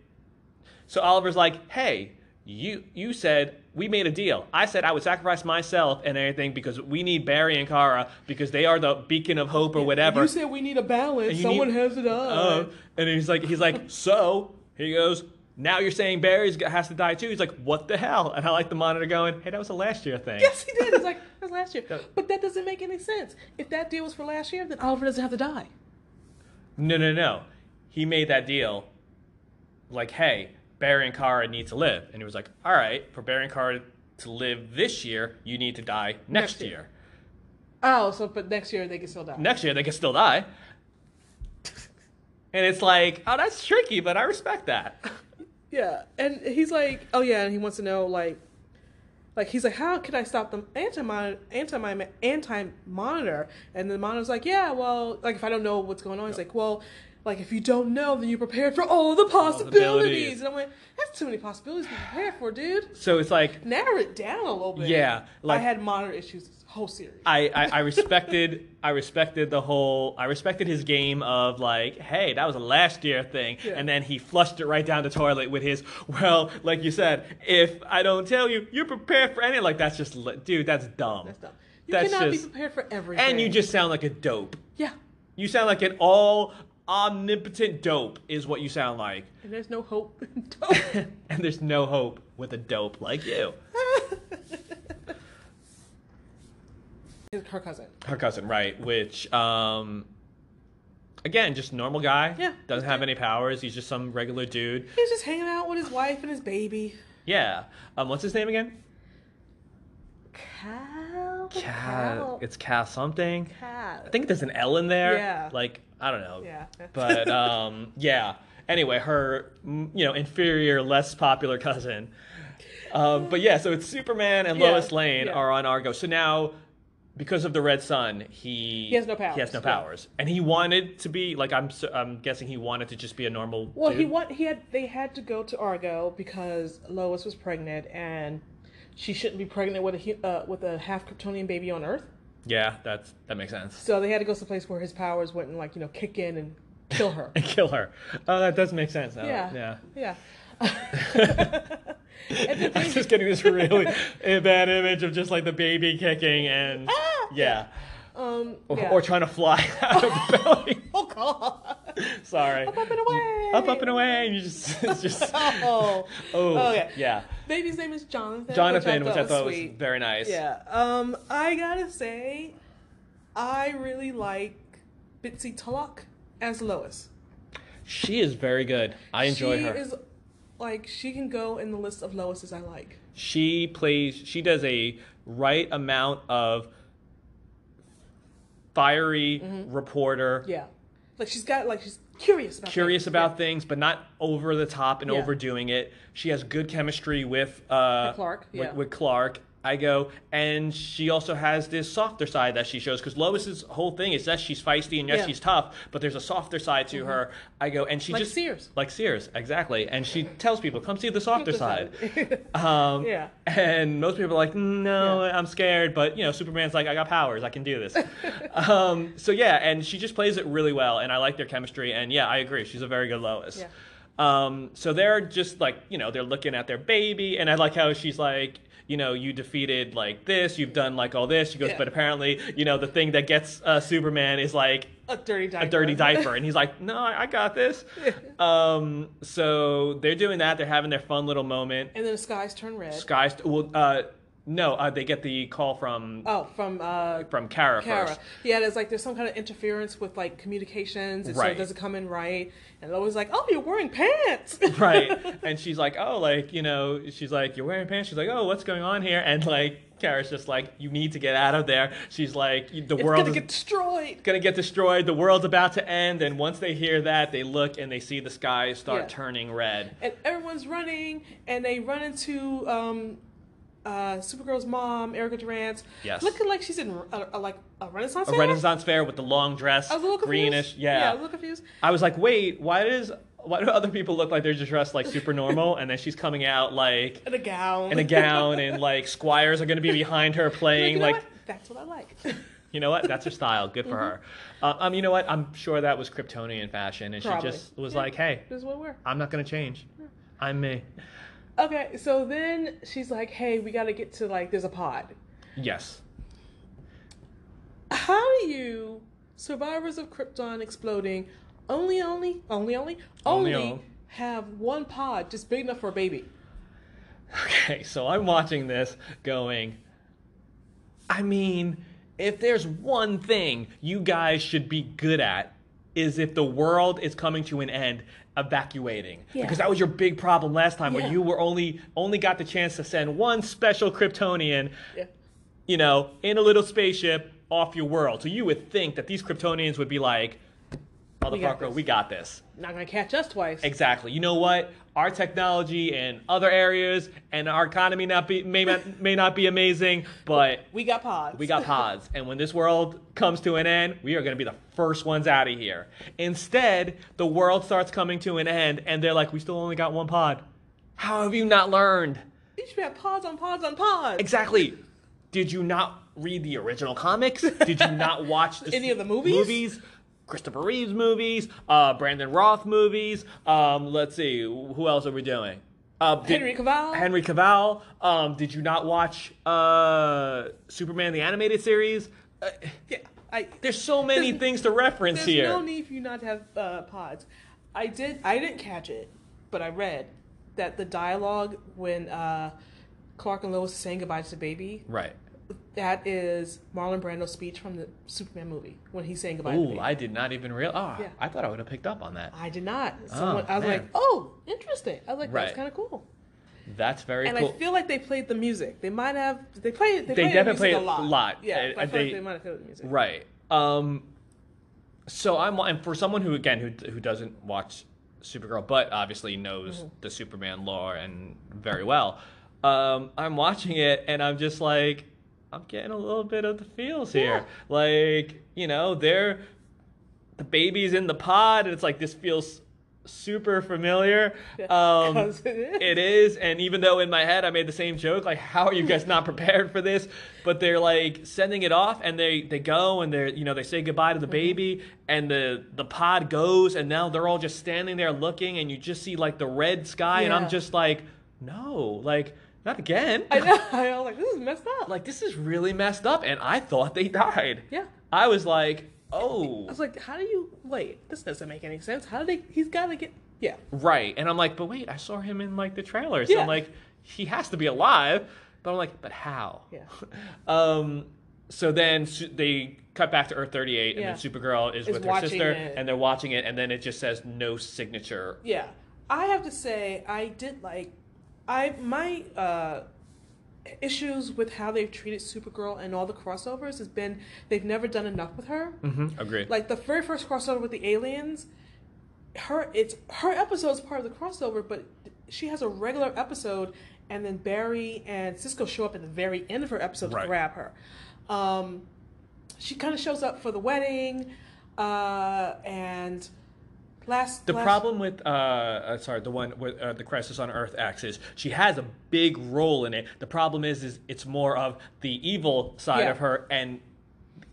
B: So Oliver's like, hey, you you said we made a deal. I said I would sacrifice myself and everything because we need Barry and Kara because they are the beacon of hope or whatever.
A: You said we need Oh. a balance.
B: you
A: Someone
B: need-
A: has it
B: Uh,
A: up.
B: and he's like, he's like, so he goes. Now you're saying Barry's has to die too. He's like, what the hell? And I like the monitor going, hey, that was a last year thing.
A: yes, he did. It's like, that's last year.
B: Yeah.
A: But that doesn't make any sense. If that deal was for last year, then Oliver doesn't have to die.
B: No, no, no. He made that deal. Like, hey, Barry and Kara need to live, and he was like, all right, for Barry and Kara to live this year, you need to die
A: Next
B: next,
A: year.
B: year.
A: Oh, so but next year they can still die.
B: Next year, they can still die. and it's like, oh, that's tricky, but I respect that.
A: Yeah, and he's like, oh yeah, and he wants to know like, like he's like, how can I stop the anti anti anti monitor? And the monitor's like, yeah, well, like if I don't know what's going on, he's like, well, like if you don't know, then you're prepared for all the possibilities.
B: Possibilities.
A: And I went, that's too many possibilities to be prepared for, dude.
B: So it's like
A: Narrow it down a little bit.
B: Yeah, like-
A: I had monitor issues this whole series.
B: I, I, I respected I respected the whole I respected his game of like, hey, that was a last year thing,
A: Yeah.
B: and then he flushed it right down the toilet with his, well, like you said, if I don't tell you, you're prepared for any like that's just li- dude, that's dumb.
A: That's dumb. You
B: That's
A: cannot
B: just-
A: be prepared for everything.
B: And you just sound like a dope.
A: yeah.
B: You sound like an all omnipotent dope is what you sound like.
A: And there's no hope. Don't.
B: and there's no hope with a dope like you.
A: Her cousin.
B: Her cousin, right? Which, um, again, just normal guy.
A: Yeah,
B: Doesn't
A: just
B: have
A: dude.
B: any powers. He's just some regular dude.
A: He was just hanging out with his wife and his baby.
B: Yeah. Um, what's his name again?
A: Cal.
B: Cal. It's Cal something.
A: Cal.
B: I think there's an L in there.
A: Yeah.
B: Like I don't know.
A: Yeah.
B: But um, yeah. Anyway, her mm, you know inferior, less popular cousin. Um, but yeah, so it's Superman and
A: Yeah,
B: Lois Lane
A: yeah.
B: are on Argo. So now, because of the Red Sun, he
A: He has no powers,
B: He has no
A: yeah.
B: powers, and he wanted to be like I'm. So, I'm guessing he wanted to just be a normal.
A: Well, he
B: dude.
A: want he had they had to go to Argo because Lois was pregnant and she shouldn't be pregnant with a hu- uh, with a half Kryptonian baby on Earth.
B: Yeah, that's that makes sense.
A: So they had to go someplace where his powers wouldn't like you know kick in and kill her.
B: And kill her. Oh, that does make sense. Now.
A: yeah,
B: Yeah.
A: yeah. And the
B: I'm
A: thing-
B: just getting this really bad image of just like the baby kicking and
A: Ah!
B: yeah.
A: um,
B: Or,
A: yeah.
B: or trying to fly out of the belly.
A: oh god,
B: Sorry.
A: up and away,
B: Up, up, and away. And you just, it's just.
A: Oh,
B: Oh,
A: Okay.
B: yeah.
A: baby's name is Jonathan.
B: Jonathan, which I thought, was,
A: sweet.
B: very nice.
A: Yeah. Um, I gotta say, I really like Bitsy Tulloch as Lois.
B: She is very good. I enjoy
A: she
B: her.
A: Is, like she can go in the list of Lois's I like.
B: she plays she does a right amount of fiery
A: Mm-hmm.
B: reporter
A: Yeah. Like she's got like she's curious about
B: curious
A: things.
B: about things, but not over the top and
A: Yeah.
B: overdoing it. She has good chemistry with uh,
A: With Clark,
B: With,
A: yeah.
B: with Clark, I go, and she also has this softer side that she shows because Lois's whole thing is that she's feisty and yes,
A: Yeah. Mm-hmm.
B: she's tough, but there's a softer side to her. I go, and she
A: Like
B: just
A: Sears.
B: like Sears, exactly. And she tells people, "Come see the softer side." Um,
A: Yeah.
B: And most people are like, no,
A: Yeah.
B: I'm scared. But, you know, Superman's like, I got powers. I can do this. um, so, yeah, and she just plays it really well. And I like their chemistry. And, yeah, I agree. She's a very good Lois.
A: Yeah.
B: Um, so they're just like, you know, they're looking at their baby. And I like how she's like, you know, you defeated like this, you've done like all this. She goes,
A: Yeah.
B: but apparently, you know, the thing that gets uh, Superman is like
A: a dirty diaper.
B: a dirty diaper and he's like no i I got this um so they're doing that they're having their fun little moment
A: and then the skies turn red.
B: Sky. St- well, uh, no, uh, they get the call from
A: oh, from uh
B: from Kara,
A: Kara.
B: first.
A: Yeah, there's like there's some kind of interference with like communications and so
B: Right.
A: it doesn't come in right. And Lois like, Oh, you're wearing pants
B: Right, and she's like, "Oh, like you know," she's like, "You're wearing pants." She's like, "Oh, what's going on here?" And like, Kara's just like, "You need to get out of there." She's like, "The
A: It's
B: world
A: gonna
B: is
A: get destroyed.
B: gonna get destroyed. The world's about to end." And once they hear that, they look and they see the sky start
A: Yeah.
B: turning red.
A: and everyone's running, and they run into um, uh, Supergirl's mom, Erica Durant.
B: Yes.
A: looking like she's in a, a, like a Renaissance.
B: A
A: fair?
B: Renaissance fair with the long dress,
A: I was a little confused.
B: greenish.
A: yeah, I was a little confused.
B: I was like, wait, why does why do other people look like they're just dressed like super normal, and then she's coming out like
A: In a gown.
B: in a gown, and like squires are going to be behind her
A: Like,
B: playing
A: you know
B: like.
A: what? that's what I like.
B: You know what? That's her style. Good for her. Uh, um, you know what? I'm sure that was Kryptonian fashion, and
A: Mm-hmm. Probably.
B: she just was
A: Yeah.
B: like, "Hey,
A: this is what we're.
B: I'm not gonna change. I'm me."
A: Okay, so then she's like, "Hey, we got to get to like there's a pod.
B: Yes.
A: How do you survivors of Krypton exploding only only only only
B: Only,
A: only,
B: only.
A: have one pod just big enough for a baby?"
B: Okay, so I'm watching this, going. I mean, if there's one thing you guys should be good at. Is if the world is coming to an end, evacuating
A: Yeah.
B: because that was your big problem last time, where
A: Yeah.
B: you were only only got the chance to send one special Kryptonian
A: Yeah.
B: you know, in a little spaceship off your world. So you would think that these Kryptonians would be like,
A: We got
B: motherfucker,
A: this.
B: we got this.
A: Not gonna catch us twice.
B: Exactly. You know what? Our technology and other areas and our economy not be may not, may not be amazing, but
A: we got pods.
B: we got pods. And when this world comes to an end, we are going to be the first ones out of here. Instead, the world starts coming to an end, and they're like, "We still only got one pod. How have you not learned?"
A: You should have pods on pods on pods.
B: Exactly. Did you not read the original comics? Did you not watch the
A: Any of the movies?
B: Movies. Christopher Reeves movies, uh, Brandon Roth movies. Um, let's see, who else are we doing? Uh, did-
A: Henry Cavill.
B: Henry Cavill. Um, did you not watch uh, Superman the animated series? Uh,
A: Yeah. I,
B: there's so many
A: There's-
B: things to reference
A: there's
B: here.
A: no need for you not to have uh, pods. I did. I didn't catch it, but I read that the dialogue when uh, Clark and Lois are saying goodbye to the baby
B: right.
A: that is Marlon Brando's speech from the Superman movie when he's saying goodbye. to the
B: Ooh,
A: baby.
B: I did not even realize. Oh,
A: Yeah.
B: I thought I would have picked up on that.
A: I did not. Someone, I was
B: man.
A: like, oh, interesting. I was like, that's
B: Right.
A: kind of cool.
B: That's very
A: And
B: cool.
A: I feel like they played the music. They might have. They play. They,
B: They
A: play
B: definitely
A: the music
B: play
A: a
B: it
A: lot.
B: a lot.
A: Yeah,
B: I-
A: I,
B: I-
A: feel
B: they-
A: like they might have played the music.
B: Right. Um, so I'm and for someone who again who who doesn't watch Supergirl, but obviously knows the Superman lore and very well. Um, I'm watching it and I'm just like, I'm getting a little bit of the feels here. Like you know, they're the baby's in the pod, and it's like this feels super familiar. Um,
A: 'Cause it is.
B: it is, and even though in my head I made the same joke, like how are you guys not prepared for this? But they're like sending it off, and they they go and they're you know they say goodbye
A: Mm-hmm.
B: to the baby, and the the pod goes, and now they're all just standing there looking, and you just see like the red sky, and I'm
A: Yeah.
B: just like, no, like not again.
A: I know. I was like, this is messed up.
B: like this is really messed up, and I thought they died.
A: Yeah.
B: I was like, oh,
A: I was like, how do you wait? This doesn't make any sense. How did they? He's got to get. Yeah.
B: Right. And I'm like, but wait, I saw him in like the trailers.
A: Yeah.
B: I'm like, he has to be alive. But I'm like, but how?
A: Yeah.
B: um, so then su- they cut back to Earth 38, and
A: Yeah.
B: then Supergirl is,
A: Is
B: with her
A: watching
B: sister,
A: it.
B: and they're watching it, and then it just says no signature.
A: Yeah. I have to say, I did like. I my uh, issues with how they've treated Supergirl and all the crossovers has been they've never done enough with her.
B: Mm-hmm. Agree.
A: like the very first crossover with the aliens her it's her episode's part of the crossover but she has a regular episode and then barry and cisco show up at the very end of her episode
B: Right.
A: to grab her um, she kind of shows up for the wedding uh, and last
B: the
A: last-
B: problem with uh, uh, sorry the one with uh, the crisis on earth x is she has a big role in it the problem is is it's more of the evil side
A: Yeah.
B: of her and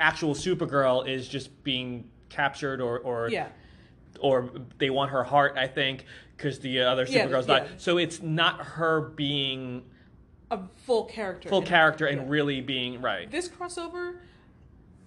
B: actual supergirl is just being captured or or
A: yeah
B: or they want her heart, I think, because the other
A: Yeah,
B: Supergirl's
A: yeah.
B: not. So it's not her being
A: a full character
B: full
A: in-
B: character
A: yeah.
B: and really being right.
A: this crossover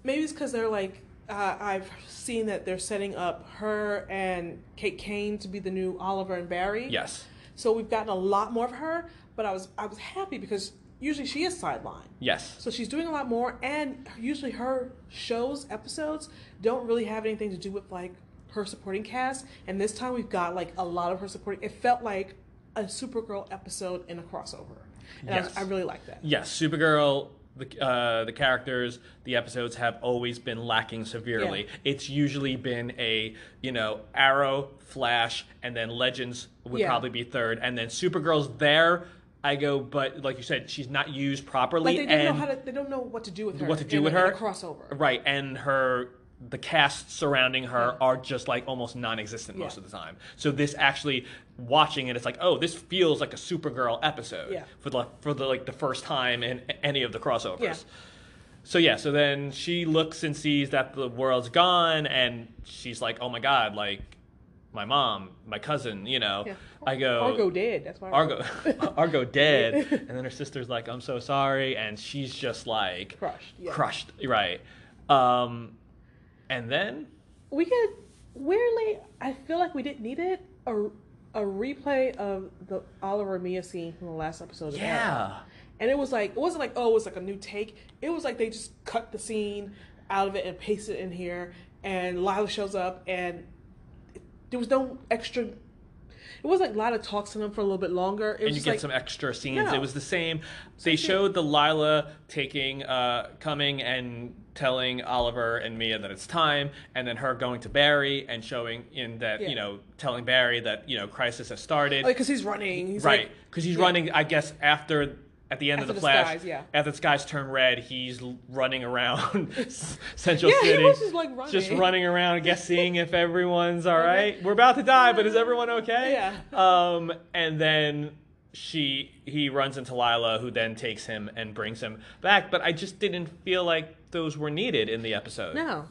A: maybe it's because they're like uh, i've seen that they're setting up her and kate kane to be the new oliver and barry
B: Yes,
A: So we've gotten a lot more of her, but I was I was happy because usually she is sidelined.
B: yes,
A: So she's doing a lot more and usually her shows episodes don't really have anything to do with like her supporting cast and this time we've got like a lot of her supporting it felt like a Supergirl episode in a crossover. And I,
B: Yes.
A: was, I really like that.
B: yes. Supergirl, the uh, the characters, the episodes have always been lacking severely.
A: Yeah.
B: It's usually been a you know Arrow, Flash, and then Legends would
A: Yeah.
B: probably be third, and then Supergirl's there. I go, but like you said, she's not used properly.
A: Like they don't know
B: and-
A: how to they don't know what to do with her.
B: what to do
A: in
B: with
A: a- in
B: her
A: a crossover.
B: right and her the cast surrounding her are just like almost non-existent most
A: Yeah.
B: of the time so this actually watching it it's like oh this feels like a supergirl episode
A: Yeah.
B: for the for the like the first time in any of the crossovers
A: Yeah.
B: so yeah so then she looks and sees that the world's gone and she's like oh my god like my mom my cousin you know
A: Yeah.
B: i go
A: Argo dead. That's why I
B: Argo Argo dead, and then her sister's like, "I'm so sorry," and she's just like
A: Crushed, yeah.
B: crushed, right? Um, and then
A: we could weirdly i feel like we didn't need it a, a replay of the oliver and mia scene from the last episode of Arrow.
B: yeah,
A: and it was like it wasn't like oh it was like a new take it was like they just cut the scene out of it and pasted it in here and lila shows up and there was no extra It was like a lot of talks to them for a little bit longer. It was
B: and you
A: just
B: get
A: like,
B: some extra scenes.
A: Yeah.
B: It was the same. They
A: she-
B: showed the Lila taking, uh, coming and telling Oliver and Mia that it's time, and then her going to Barry and showing in that
A: Yeah. Oh,
B: you know telling Barry that you know crisis has started.
A: like because he's running. He's
B: right,
A: Like,
B: because he's
A: yeah.
B: running. I guess after. At the end
A: After
B: of the
A: the
B: flash,
A: skies, yeah.
B: after the skies turn red, he's l- running around Central
A: Yeah, he
B: City.
A: was just, like,
B: just
A: running.
B: running around, guessing if everyone's all
A: Okay.
B: right. We're about to die, but is everyone okay?
A: Uh-huh. Yeah.
B: Um, and then she he runs into Lila, who then takes him and brings him back. But I just didn't feel like those were needed in the episode.
A: no,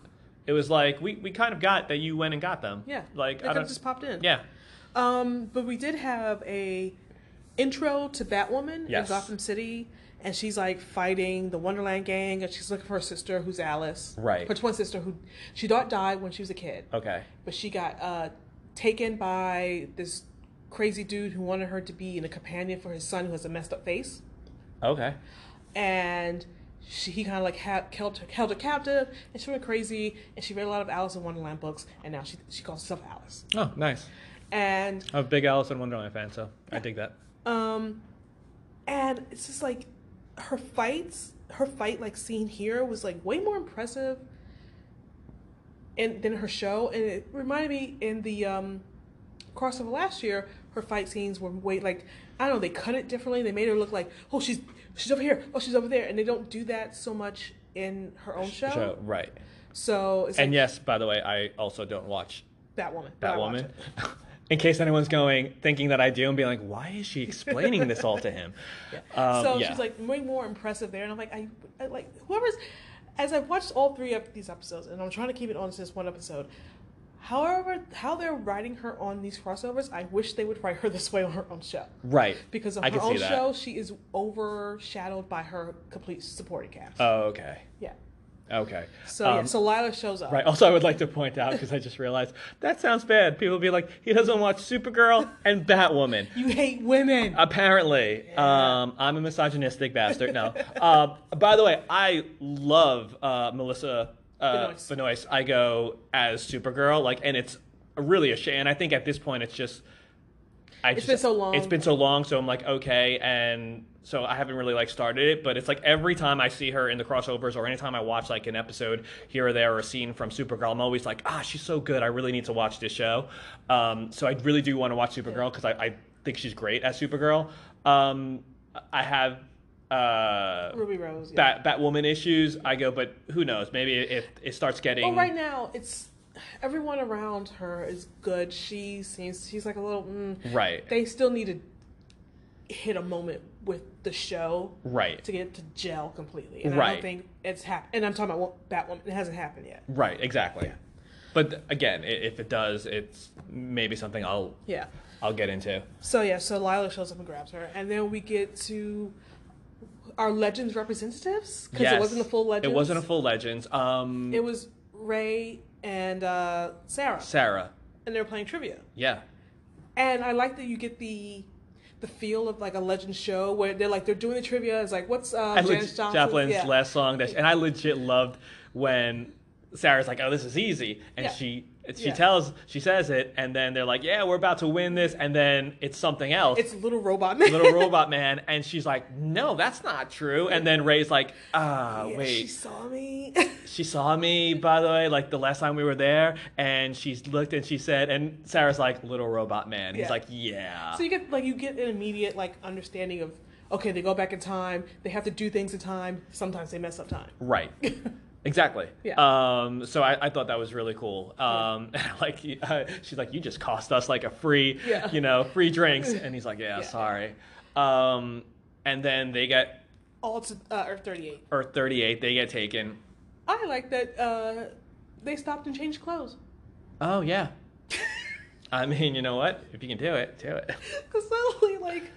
B: It was like we, we kind of got that you went and got them.
A: yeah,
B: Like
A: they
B: I
A: could
B: don't,
A: have just popped in.
B: yeah.
A: Um, but we did have a intro to Batwoman
B: Yes.
A: in Gotham City, and she's like fighting the Wonderland Gang, and she's looking for her sister, who's Alice,
B: Right. Oh.
A: Her twin sister, who she thought died when she was a kid,
B: Okay.
A: but she got uh, taken by this crazy dude who wanted her to be in a companion for his son who has a messed up face,
B: Okay.
A: and. She, he kind of like ha- held, her, held her captive, and she went crazy. And she read a lot of Alice in Wonderland books, and now she she calls herself Alice.
B: Oh, nice.
A: And
B: I'm a big Alice in Wonderland fan, so I dig that.
A: Um, and it's just like her fights, her fight like scene here was like way more impressive, and than her show. And it reminded me in the um, crossover last year, her fight scenes were way like I don't know. They cut it differently. They made her look like oh she's she's over here, oh she's over there, and they don't do that so much in her own show.
B: right.
A: So it's
B: And
A: like
B: yes, by the way, I also don't watch
A: Batwoman. but I watch
B: Batwoman.
A: it.
B: In case anyone's going thinking that I do and being like, why is she explaining this all to him? Um,
A: so
B: yeah.
A: she's like way more impressive there, and I'm like, I, I like whoever's. As I've watched all three of these episodes, and I'm trying to keep it on to this one episode. However, how they're writing her on these crossovers, I wish they would write her this way on her own show.
B: right.
A: Because on
B: I
A: her
B: can see
A: own
B: that.
A: show, she is overshadowed by her complete supporting cast.
B: Oh, okay.
A: yeah.
B: Okay.
A: So yeah,
B: Um,
A: so Lila shows up.
B: Right. Also, I would like to point out because I just realized that sounds bad. People be like, he doesn't watch Supergirl and Batwoman.
A: You hate
B: Uh,
A: women.
B: Apparently,
A: Yeah.
B: um, I'm a misogynistic bastard. No. Uh, by the way, I love uh, Melissa uh,
A: Benoist.
B: Benoist. I go as Supergirl, like, and it's really a shame. And I think at this point, it's just. I
A: It's been so long.
B: It's been so long, so I'm like, okay, and so I haven't really like started it, but it's like every time I see her in the crossovers or anytime I watch like an episode here or there or a scene from Supergirl, I'm always like, ah, she's so good. I really need to watch this show. Um, so I really do want to watch Supergirl because I, I think she's great at Supergirl. Um, I have uh,
A: Ruby Rose. Yeah.
B: Bat Batwoman issues. I go, but who knows? Maybe if it starts getting
A: Well, right now it's everyone around her is good. She seems she's like a little. Mm,
B: right,
A: they still need to hit a moment with the show
B: right.
A: to get it to gel completely. And I
B: Right.
A: don't think it's happened. And I'm talking about Batwoman. It hasn't happened yet.
B: Right, exactly. But th- again, i- if it does, it's maybe something I'll
A: Yeah.
B: I'll get into.
A: So yeah, so Lila shows up and grabs her, and then we get to our Legends representatives because it
B: Yes.
A: wasn't a full Legends.
B: It wasn't a full Legends. Um,
A: It was Ray and uh, Sarah,
B: Sarah.
A: and they were playing trivia.
B: Yeah.
A: And I like that you get the the feel of like a Legends show where they're like they're doing the trivia. It's like what's uh,
B: I leg-
A: Janis Johnson's-
B: Joplin's
A: yeah.
B: last song that, she, and I legit loved when Sarah's like, "Oh, this is easy," and
A: Yeah.
B: she she
A: Yeah.
B: tells she says it, and then they're like, "Yeah, we're about to win this," and then it's something else.
A: It's Little Robot Man.
B: Little Robot Man, and she's like, "No, that's not true." And then Ray's like, "Ah,
A: Yeah,
B: wait."
A: She saw me.
B: She saw me, by the way, like the last time we were there, and she looked and she said, and Sarah's like, little robot man. He's
A: Yeah.
B: like, yeah.
A: so you get like you get an immediate like understanding of okay, they go back in time, they have to do things in time, sometimes they mess up time.
B: right. Exactly.
A: Yeah.
B: Um, so I, I thought that was really cool. Um, like uh, she's like, you just cost us like a free,
A: Yeah.
B: you know, free drinks, and he's like, yeah,
A: Yeah.
B: sorry. Um, and then they get
A: All to uh, Earth 38.
B: Earth 38. They get taken.
A: I like that uh, they stopped and changed clothes.
B: Oh yeah. I mean, you know what? If you can do it, do it.
A: Cause suddenly, like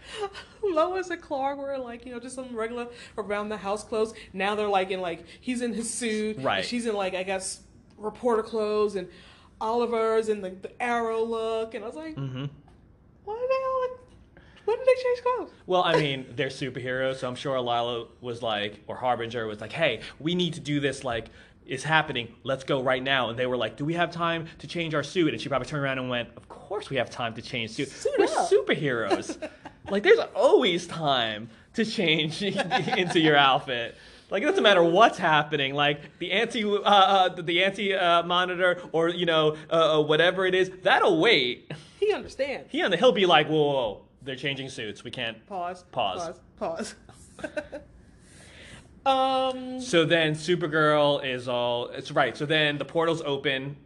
A: Lois and Clark were like, you know, just some regular around the house clothes. Now they're like in like he's in his suit, and
B: Right.
A: she's in like I guess reporter clothes, and Oliver's in the, the arrow look. And I was like,
B: hmm
A: why the hell? Like, when did they change clothes?
B: Well, I mean, they're superheroes, so I'm sure Lila was like, or Harbinger was like, hey, we need to do this like is happening. Let's go right now. And they were like, Do we have time to change our suit? And she probably turned around and went, Of course we have time to change suit.
A: Suit
B: we're
A: up."
B: superheroes. like, there's always time to change into your outfit. Like it doesn't matter what's happening. Like the anti, uh, uh, the- the anti uh, monitor, or you know, uh, uh, whatever it is, that'll wait.
A: He understands.
B: He on the he'll be like, whoa, whoa, whoa, they're changing suits. We can't
A: Pause.
B: Pause.
A: Pause. Pause. um.
B: So then Supergirl is all it's right. So then the portals open.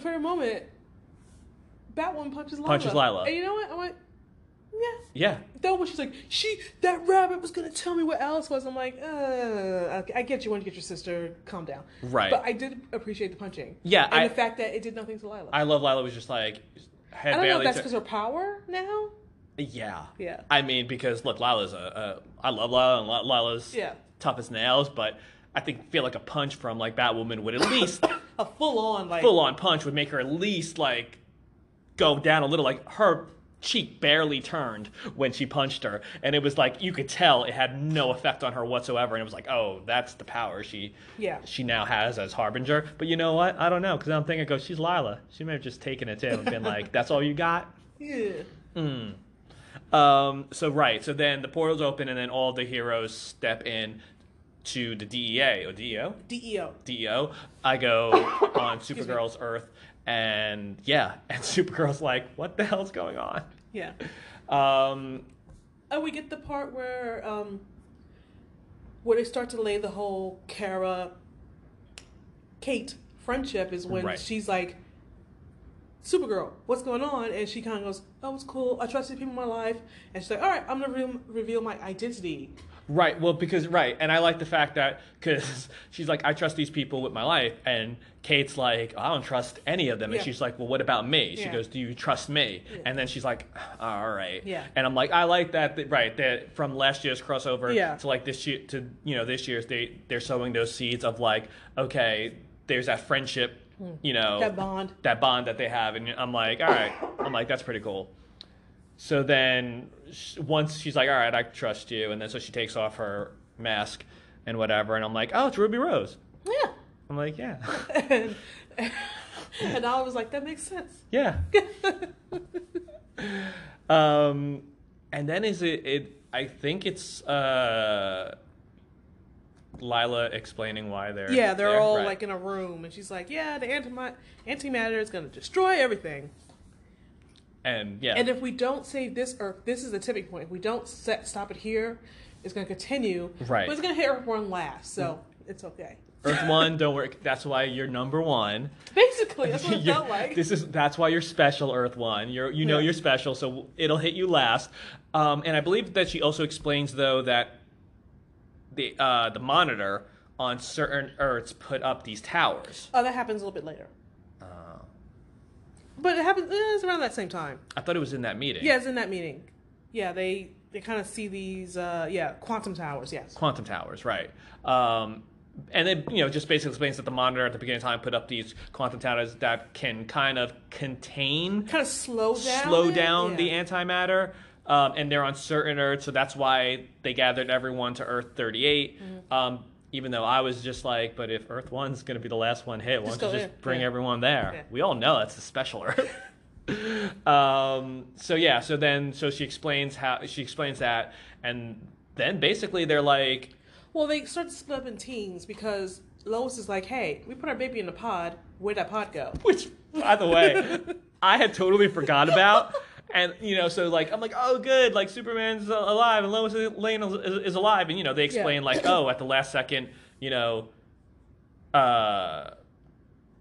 A: for a moment, Batwoman punches Lila.
B: Punches Lila.
A: And you know what? I went, yeah.
B: Yeah.
A: That was she's like, she that rabbit was gonna tell me what Alice was. I'm like, uh, okay, I get you want to get your sister. Calm down.
B: Right.
A: But I did appreciate the punching.
B: Yeah,
A: And
B: I-
A: the fact that it did nothing to Lila.
B: I love Lila was just like
A: I
B: head
A: don't know if
B: barely.
A: that's
B: tur-
A: because her power now.
B: yeah.
A: Yeah.
B: I mean, because look, Lila's a, a I love Lila and Li- Lila's
A: Yeah.
B: tough as nails, but I think feel like a punch from like Batwoman would at least
A: A full on like
B: full on punch would make her at least like go down a little. Like her cheek barely turned when she punched her, and it was like you could tell it had no effect on her whatsoever. And it was like, oh, that's the power she
A: Yeah.
B: she now has as Harbinger. But you know what? I don't know because I'm thinking, go, she's Lila. She may have just taken it too and been like, that's all you got.
A: Yeah.
B: Um, so right, so then the portals open, and then all the heroes step in to the DEA or E DEO.
A: Deo.
B: DEO. I go on Supergirl's Earth, and yeah, and Supergirl's like, what the hell's going on?
A: Yeah.
B: Um,
A: And Oh, we get the part where um where they start to lay the whole Kara Kate friendship is when
B: Right.
A: she's like Supergirl, what's going on? And she kind of goes, "Oh, it's cool. I trusted people in my life." And she's like, "All right, I'm gonna re- reveal my identity."
B: right, well, because right, and I like the fact that because she's like, I trust these people with my life, and Kate's like, I don't trust any of them,
A: Yeah.
B: and she's like, well, what about me? She
A: Yeah.
B: goes, do you trust me?
A: Yeah.
B: And then she's like, all right,
A: Yeah.
B: And I'm like, I like that, that right, that from last year's crossover
A: Yeah.
B: to like this year to you know this year's they they're sowing those seeds of like, okay, there's that friendship. You know
A: Hmm. That bond.
B: that bond that they have and i'm like all right i'm like that's pretty cool so then sh once she's like all right i trust you and then so she takes off her mask and whatever and i'm like oh it's ruby rose
A: Yeah.
B: i'm like yeah
A: and, and I was like, "That makes sense."
B: yeah um and then is it it i think it's uh lila explaining why they're
A: Yeah, they're
B: there,
A: all
B: right.
A: like in a room, and she's like, "Yeah, the antima- antimatter is gonna destroy everything."
B: and yeah
A: And if we don't save this Earth, this is the tipping point. If we don't set, stop it here, it's going to continue.
B: Right. Mm-hmm.
A: But it's going to hit Earth one last, so it's okay.
B: earth one don't work that's why you're number one
A: Basically, that's what it
B: You're-
A: felt like.
B: This is that's why you're special, Earth One. You're you know
A: Yeah.
B: you're special, so it'll hit you last. Um, and I believe that she also explains though that the uh, the monitor on certain Earths put up these towers.
A: oh, that happens a little bit later.
B: Oh.
A: But it happens. eh, It's around that same time.
B: I thought it was in that meeting.
A: Yeah, it's in that meeting. Yeah, they they kind of see these. Uh, yeah, quantum towers. Yes.
B: Quantum towers, right? Um, and then you know just basically explains that the monitor at the beginning of time put up these quantum towers that can kind of contain
A: Kind of slow down.
B: slow
A: it.
B: down
A: Yeah.
B: the antimatter. Um, and they're on certain Earth, so that's why they gathered everyone to Earth 38.
A: Mm-hmm.
B: Um, even though I was just like, but if Earth 1's going to be the last one hit, why
A: Just
B: don't
A: go
B: you just
A: there.
B: bring
A: Yeah.
B: everyone there?
A: Yeah.
B: We all know that's the special Earth. um, so yeah, so then so she explains how she explains that, and then basically they're like,
A: Well, they start to split up in teams because Lois is like, "Hey, we put our baby in a pod. Where'd that pod go?"
B: which by the way i had totally forgot about and you know so like i'm like oh good like superman's a- alive and lois lane is, is alive and you know they explain like oh at the last second you know uh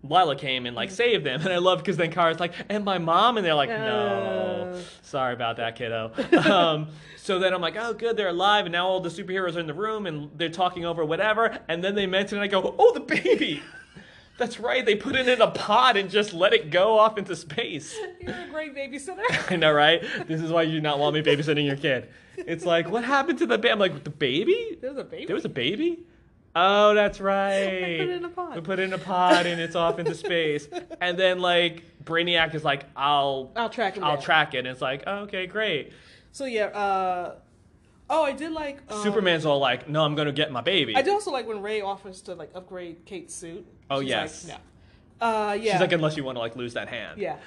B: Lila came and like saved them, and I love because then Kara's like, and my mom, and they're like, no,
A: Uh.
B: sorry about that, kiddo. um, so then I'm like, oh, good, they're alive, and now all the superheroes are in the room, and they're talking over whatever, and then they mention, it, and I go, oh, the baby. That's right. They put it in a pod and just let it go off into space.
A: You're a great babysitter.
B: I know, right? This is why you do not want me babysitting your kid. It's like, what happened to the baby? I'm like, the baby?
A: There's a baby.
B: There was a baby? Oh, that's right.
A: They put it in a pod.
B: We put it in a pod and it's off into space. And then like Brainiac is like, I'll
A: I'll track him.
B: I'll
A: down.
B: track it. And it's like, oh, okay, great.
A: So yeah. Uh, Oh, I did like um,
B: Superman's all like, "No, I'm gonna get my baby."
A: I do also like when Ray offers to like upgrade Kate's suit.
B: Oh,
A: She's
B: yes.
A: Like, no. Uh, yeah.
B: She's like, "Unless you want to like lose that hand."
A: yeah.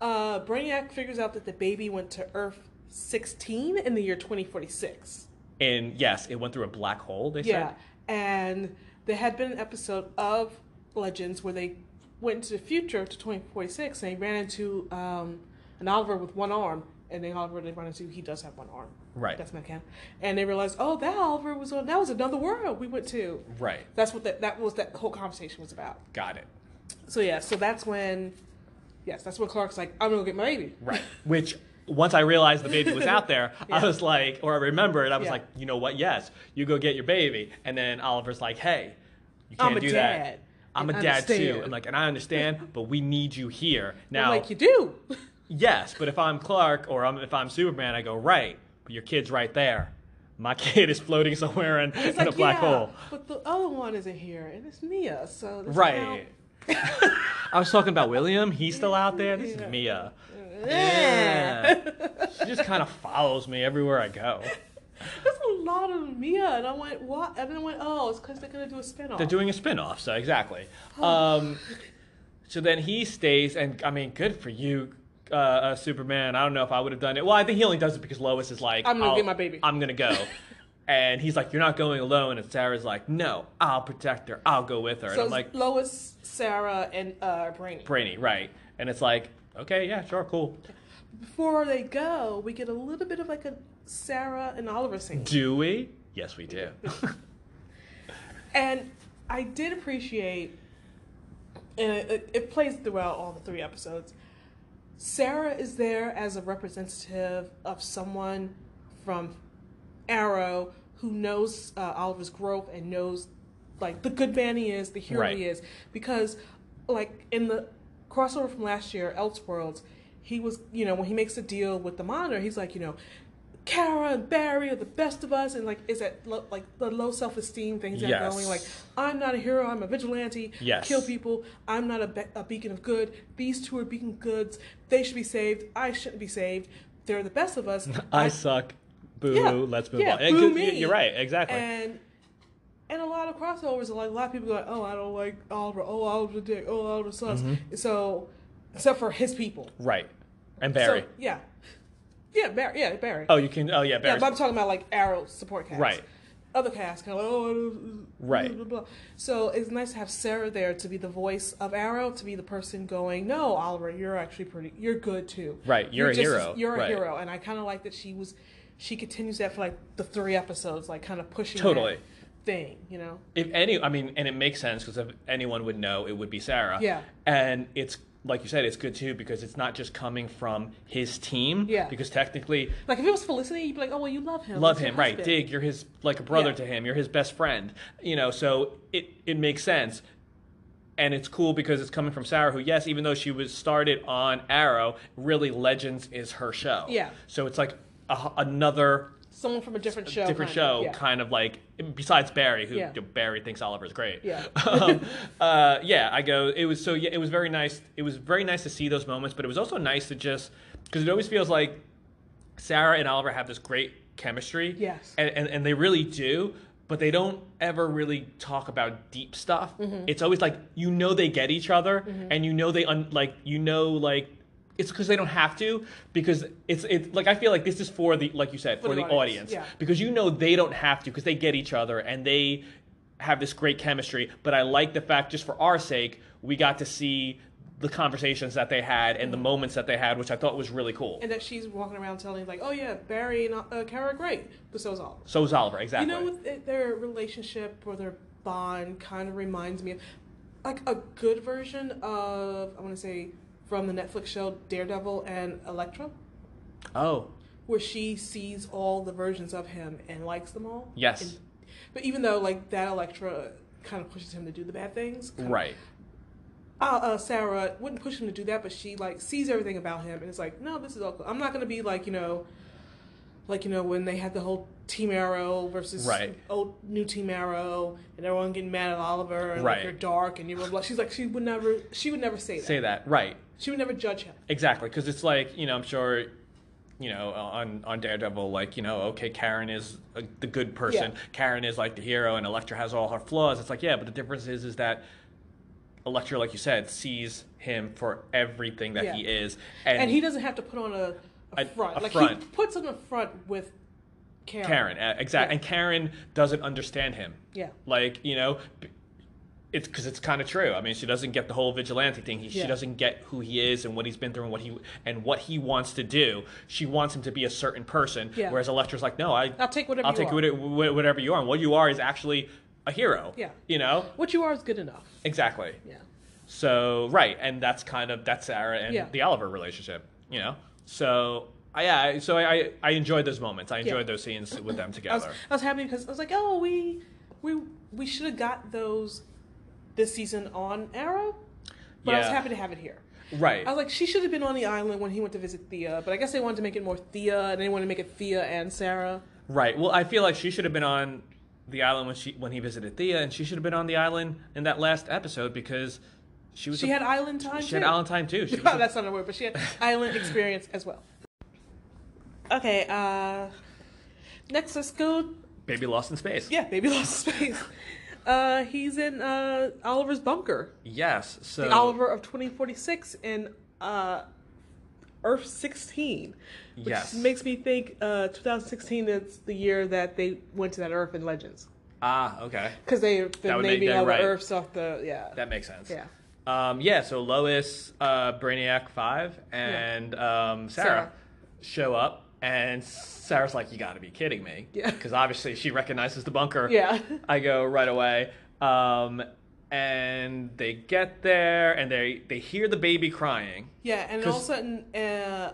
A: Uh, Brainiac figures out that the baby went to Earth 16 in the year 2046.
B: And yes, it went through a black hole. They
A: Yeah.
B: said.
A: And there had been an episode of Legends where they went to the future to 2046 and they ran into um, an Oliver with one arm. And then Oliver they run into, he does have one arm.
B: Right.
A: That's my count. And they realized, oh, that Oliver was on, that was another world we went to.
B: Right.
A: That's what that, that was, that whole conversation was about.
B: Got it.
A: So yeah, so that's when, yes, that's when Clark's like, I'm gonna go get my baby.
B: Right. Which once I realized the baby was out there, I
A: Yeah.
B: was like, or I remembered, I was
A: Yeah.
B: like, you know what? Yes, you go get your baby. And then Oliver's like, hey, you can't
A: I'm a
B: do that.
A: dad.
B: I'm a
A: and
B: dad too.
A: understand."
B: I'm like, and I understand, but we need you here
A: I'm
B: now.
A: like you do.
B: yes, but if I'm Clark or I'm, if I'm Superman, I go right. But your kid's right there. My kid is floating somewhere in, in
A: It's
B: a
A: like,
B: black
A: yeah,
B: hole.
A: But the other one isn't here, and it's Mia. So this is
B: Right. I was talking about William. He's still out there. This
A: Yeah.
B: is Mia.
A: now-
B: Yeah.
A: Yeah.
B: She just kind of follows me everywhere I go.
A: That's a lot of Mia, and I went, what? And then I went, oh, it's because they're gonna do a spinoff.
B: They're doing a spin-off, so exactly.
A: Oh.
B: Um, so then he stays, and I mean, good for you, uh, uh, Superman. I don't know if I would have done it. Well, I think he only does it because Lois is like,
A: I'm gonna
B: "I'll-
A: get my baby."
B: I'm gonna go. and he's like, you're not going alone. And Sarah's like, no, I'll protect her. I'll go with her. and
A: so
B: I'm
A: it's
B: like,
A: Lois, Sarah, and uh, Brainy.
B: brainy, right? And it's like, okay, yeah, sure, cool.
A: Before they go, we get a little bit of like a Sarah and Oliver scene.
B: Do we? Yes, we do.
A: And I did appreciate, and it, it- it plays throughout all the three episodes. Sarah is there as a representative of someone from Arrow who knows uh, Oliver's growth and knows, like, the good man he is, the hero
B: Right.
A: he is. Because, like, in the crossover from last year, Elseworlds, he was, you know, when he makes a deal with the Monitor, he's like, you know, Kara and Barry are the best of us, and like, is that lo- like the low self esteem things that
B: Yes.
A: are going? Like, I'm not a hero, I'm a vigilante.
B: Yes.
A: Kill people. I'm not a, be- a beacon of good. These two are beacon of goods. They should be saved. I shouldn't be saved. They're the best of us.
B: I suck. Boo.
A: Yeah,
B: Let's move
A: yeah,
B: on. And
A: boo
B: good-
A: me.
B: You're right. Exactly.
A: And and a lot of crossovers are like a lot of people go, oh, I don't like Oliver. Oh, Oliver Dick. Oh, Oliver sucks.
B: Mm-hmm.
A: So, except for his people.
B: right. And Barry.
A: So, yeah. Yeah, Barry. Yeah, Barry.
B: oh, you can. Oh, yeah,
A: Yeah,
B: Barry.
A: but I'm talking about like Arrow support cast.
B: Right.
A: Other cast kind of like, oh,
B: Right.
A: Blah, blah, blah. So it's nice to have Sarah there to be the voice of Arrow, to be the person going, no, Oliver, you're actually pretty, you're good too.
B: Right, you're a
A: just as-
B: hero.
A: You're
B: Right.
A: a hero, and I kind of like that she was, she continues that for like the three episodes, like kind of pushing
B: Totally.
A: that thing, you know.
B: if any i mean and it makes sense because if anyone would know it would be sarah
A: Yeah.
B: and it's like you said it's good too because it's not just coming from his team
A: Yeah.
B: because technically
A: Like if it was Felicity, you'd be like, oh well, you love him,
B: love
A: He's your
B: him right
A: husband.
B: dig you're his like a brother
A: Yeah.
B: to him you're his best friend you know so it it makes sense and it's cool because it's coming from Sarah, who, yes, even though she was started on Arrow, really Legends is her show.
A: Yeah.
B: So it's like a, another
A: Someone from a different show. kind
B: different
A: of,
B: show,
A: yeah.
B: kind of like besides Barry, who
A: Yeah.
B: you know, Barry thinks Oliver's great.
A: Yeah.
B: um, uh, yeah, I go. It was so. Yeah, it was very nice. It was very nice to see those moments, but it was also nice to just because it always feels like Sarah and Oliver have this great chemistry.
A: Yes.
B: And and, and they really do. But they don't ever really talk about deep stuff.
A: Mm-hmm.
B: It's always like you know they get each other, and you know they un- like you know like it's because they don't have to because it's it's like I feel like this is for the like you said for, the, audience,
A: yeah.
B: because you know they don't have to because they get each other and they have this great chemistry but i like the fact just for our sake we got to see the conversations that they had and the moments that they had which i thought was really cool
A: And that she's walking around telling like, oh yeah, Barry and uh, Kara, are great, but so's Oliver.
B: so was oliver exactly
A: You know what? th- Their relationship or their bond kind of reminds me of like a good version of I want to say from the Netflix show Daredevil and Elektra,
B: oh
A: where she sees all the versions of him and likes them all.
B: Yes.
A: And- but even though like that Elektra kind of pushes him to do the bad things, kind of-
B: right
A: uh, uh, Sarah wouldn't push him to do that, but she like sees everything about him and it's like, no, this is all cool. I'm not gonna be like you know, like you know when they had the whole Team Arrow versus
B: Right.
A: old new Team Arrow and everyone getting mad at Oliver and
B: Right.
A: like you're dark and you're blah. She's like she would never she would never say that.
B: say that right
A: She would never judge him.
B: exactly because it's like you know i'm sure you you know, on on Daredevil, like you know, okay, Karen is uh, the good person,
A: Yeah.
B: Karen is like the hero, and Elektra has all her flaws. It's like yeah, but the difference is is that Elektra, like you said, sees him for everything that
A: Yeah.
B: he is,
A: and he doesn't have to put on a, a
B: A-
A: front.
B: a
A: like he
B: front.
A: puts on a front with Karen.
B: Karen, uh, exactly,
A: Yeah.
B: and Karen doesn't understand him.
A: Yeah.
B: like you know b- it's because it's kind of true i mean she doesn't get the whole vigilante thing he,
A: Yeah.
B: she doesn't get who he is and what he's been through and what he and what he wants to do she wants him to be a certain person
A: Yeah.
B: whereas Elektra's like no I,
A: I'll take whatever
B: i'll
A: you
B: take
A: are.
B: whate- wh- whatever you are and what you are is actually a hero
A: Yeah.
B: you know
A: What you are is good enough.
B: exactly
A: Yeah.
B: so right, and that's kind of that's Sarah and
A: Yeah.
B: the Oliver relationship, you know. So I- yeah, I- so I I- I enjoyed those moments. I enjoyed those scenes with them
A: I was,
B: together.
A: I was happy because I was like, oh, we we we should have got those this season on Arrow, but I was
B: Yeah.
A: happy to have it here.
B: right.
A: I was like, she should have been on the island when he went to visit Thea, but I guess they wanted to make it more Thea, and they wanted to make it Thea and Sarah.
B: Right. Well, I feel like she should have been on the island when she when he visited Thea, and she should have been on the island in that last episode because she was
A: She
B: a-
A: had island time.
B: she had
A: too.
B: island time too. She was a-
A: That's not a word, but she had island experience as well. Okay. Uh, next, let's go.
B: baby lost in space.
A: Yeah, baby lost space. Uh, he's in uh, Oliver's bunker.
B: Yes. So
A: the Oliver of 2046 and uh, Earth 16, which
B: Yes.
A: makes me think uh, 2016 is the year that they went to that Earth in Legends
B: ah okay
A: because they
B: That
A: they're
B: would make-
A: naming
B: yeah,
A: all
B: right.
A: the Earths off the yeah
B: that makes sense.
A: yeah
B: Um, yeah, so Lois, uh, Brainiac 5, and um, Sarah,
A: Sarah.
B: show up, and Sarah's like, You gotta be kidding me.
A: Yeah.
B: Because obviously she recognizes the bunker.
A: yeah
B: I go right away. Um, and they get there, and they, they hear the baby crying.
A: yeah and all of a
B: 'Cause-
A: sudden uh,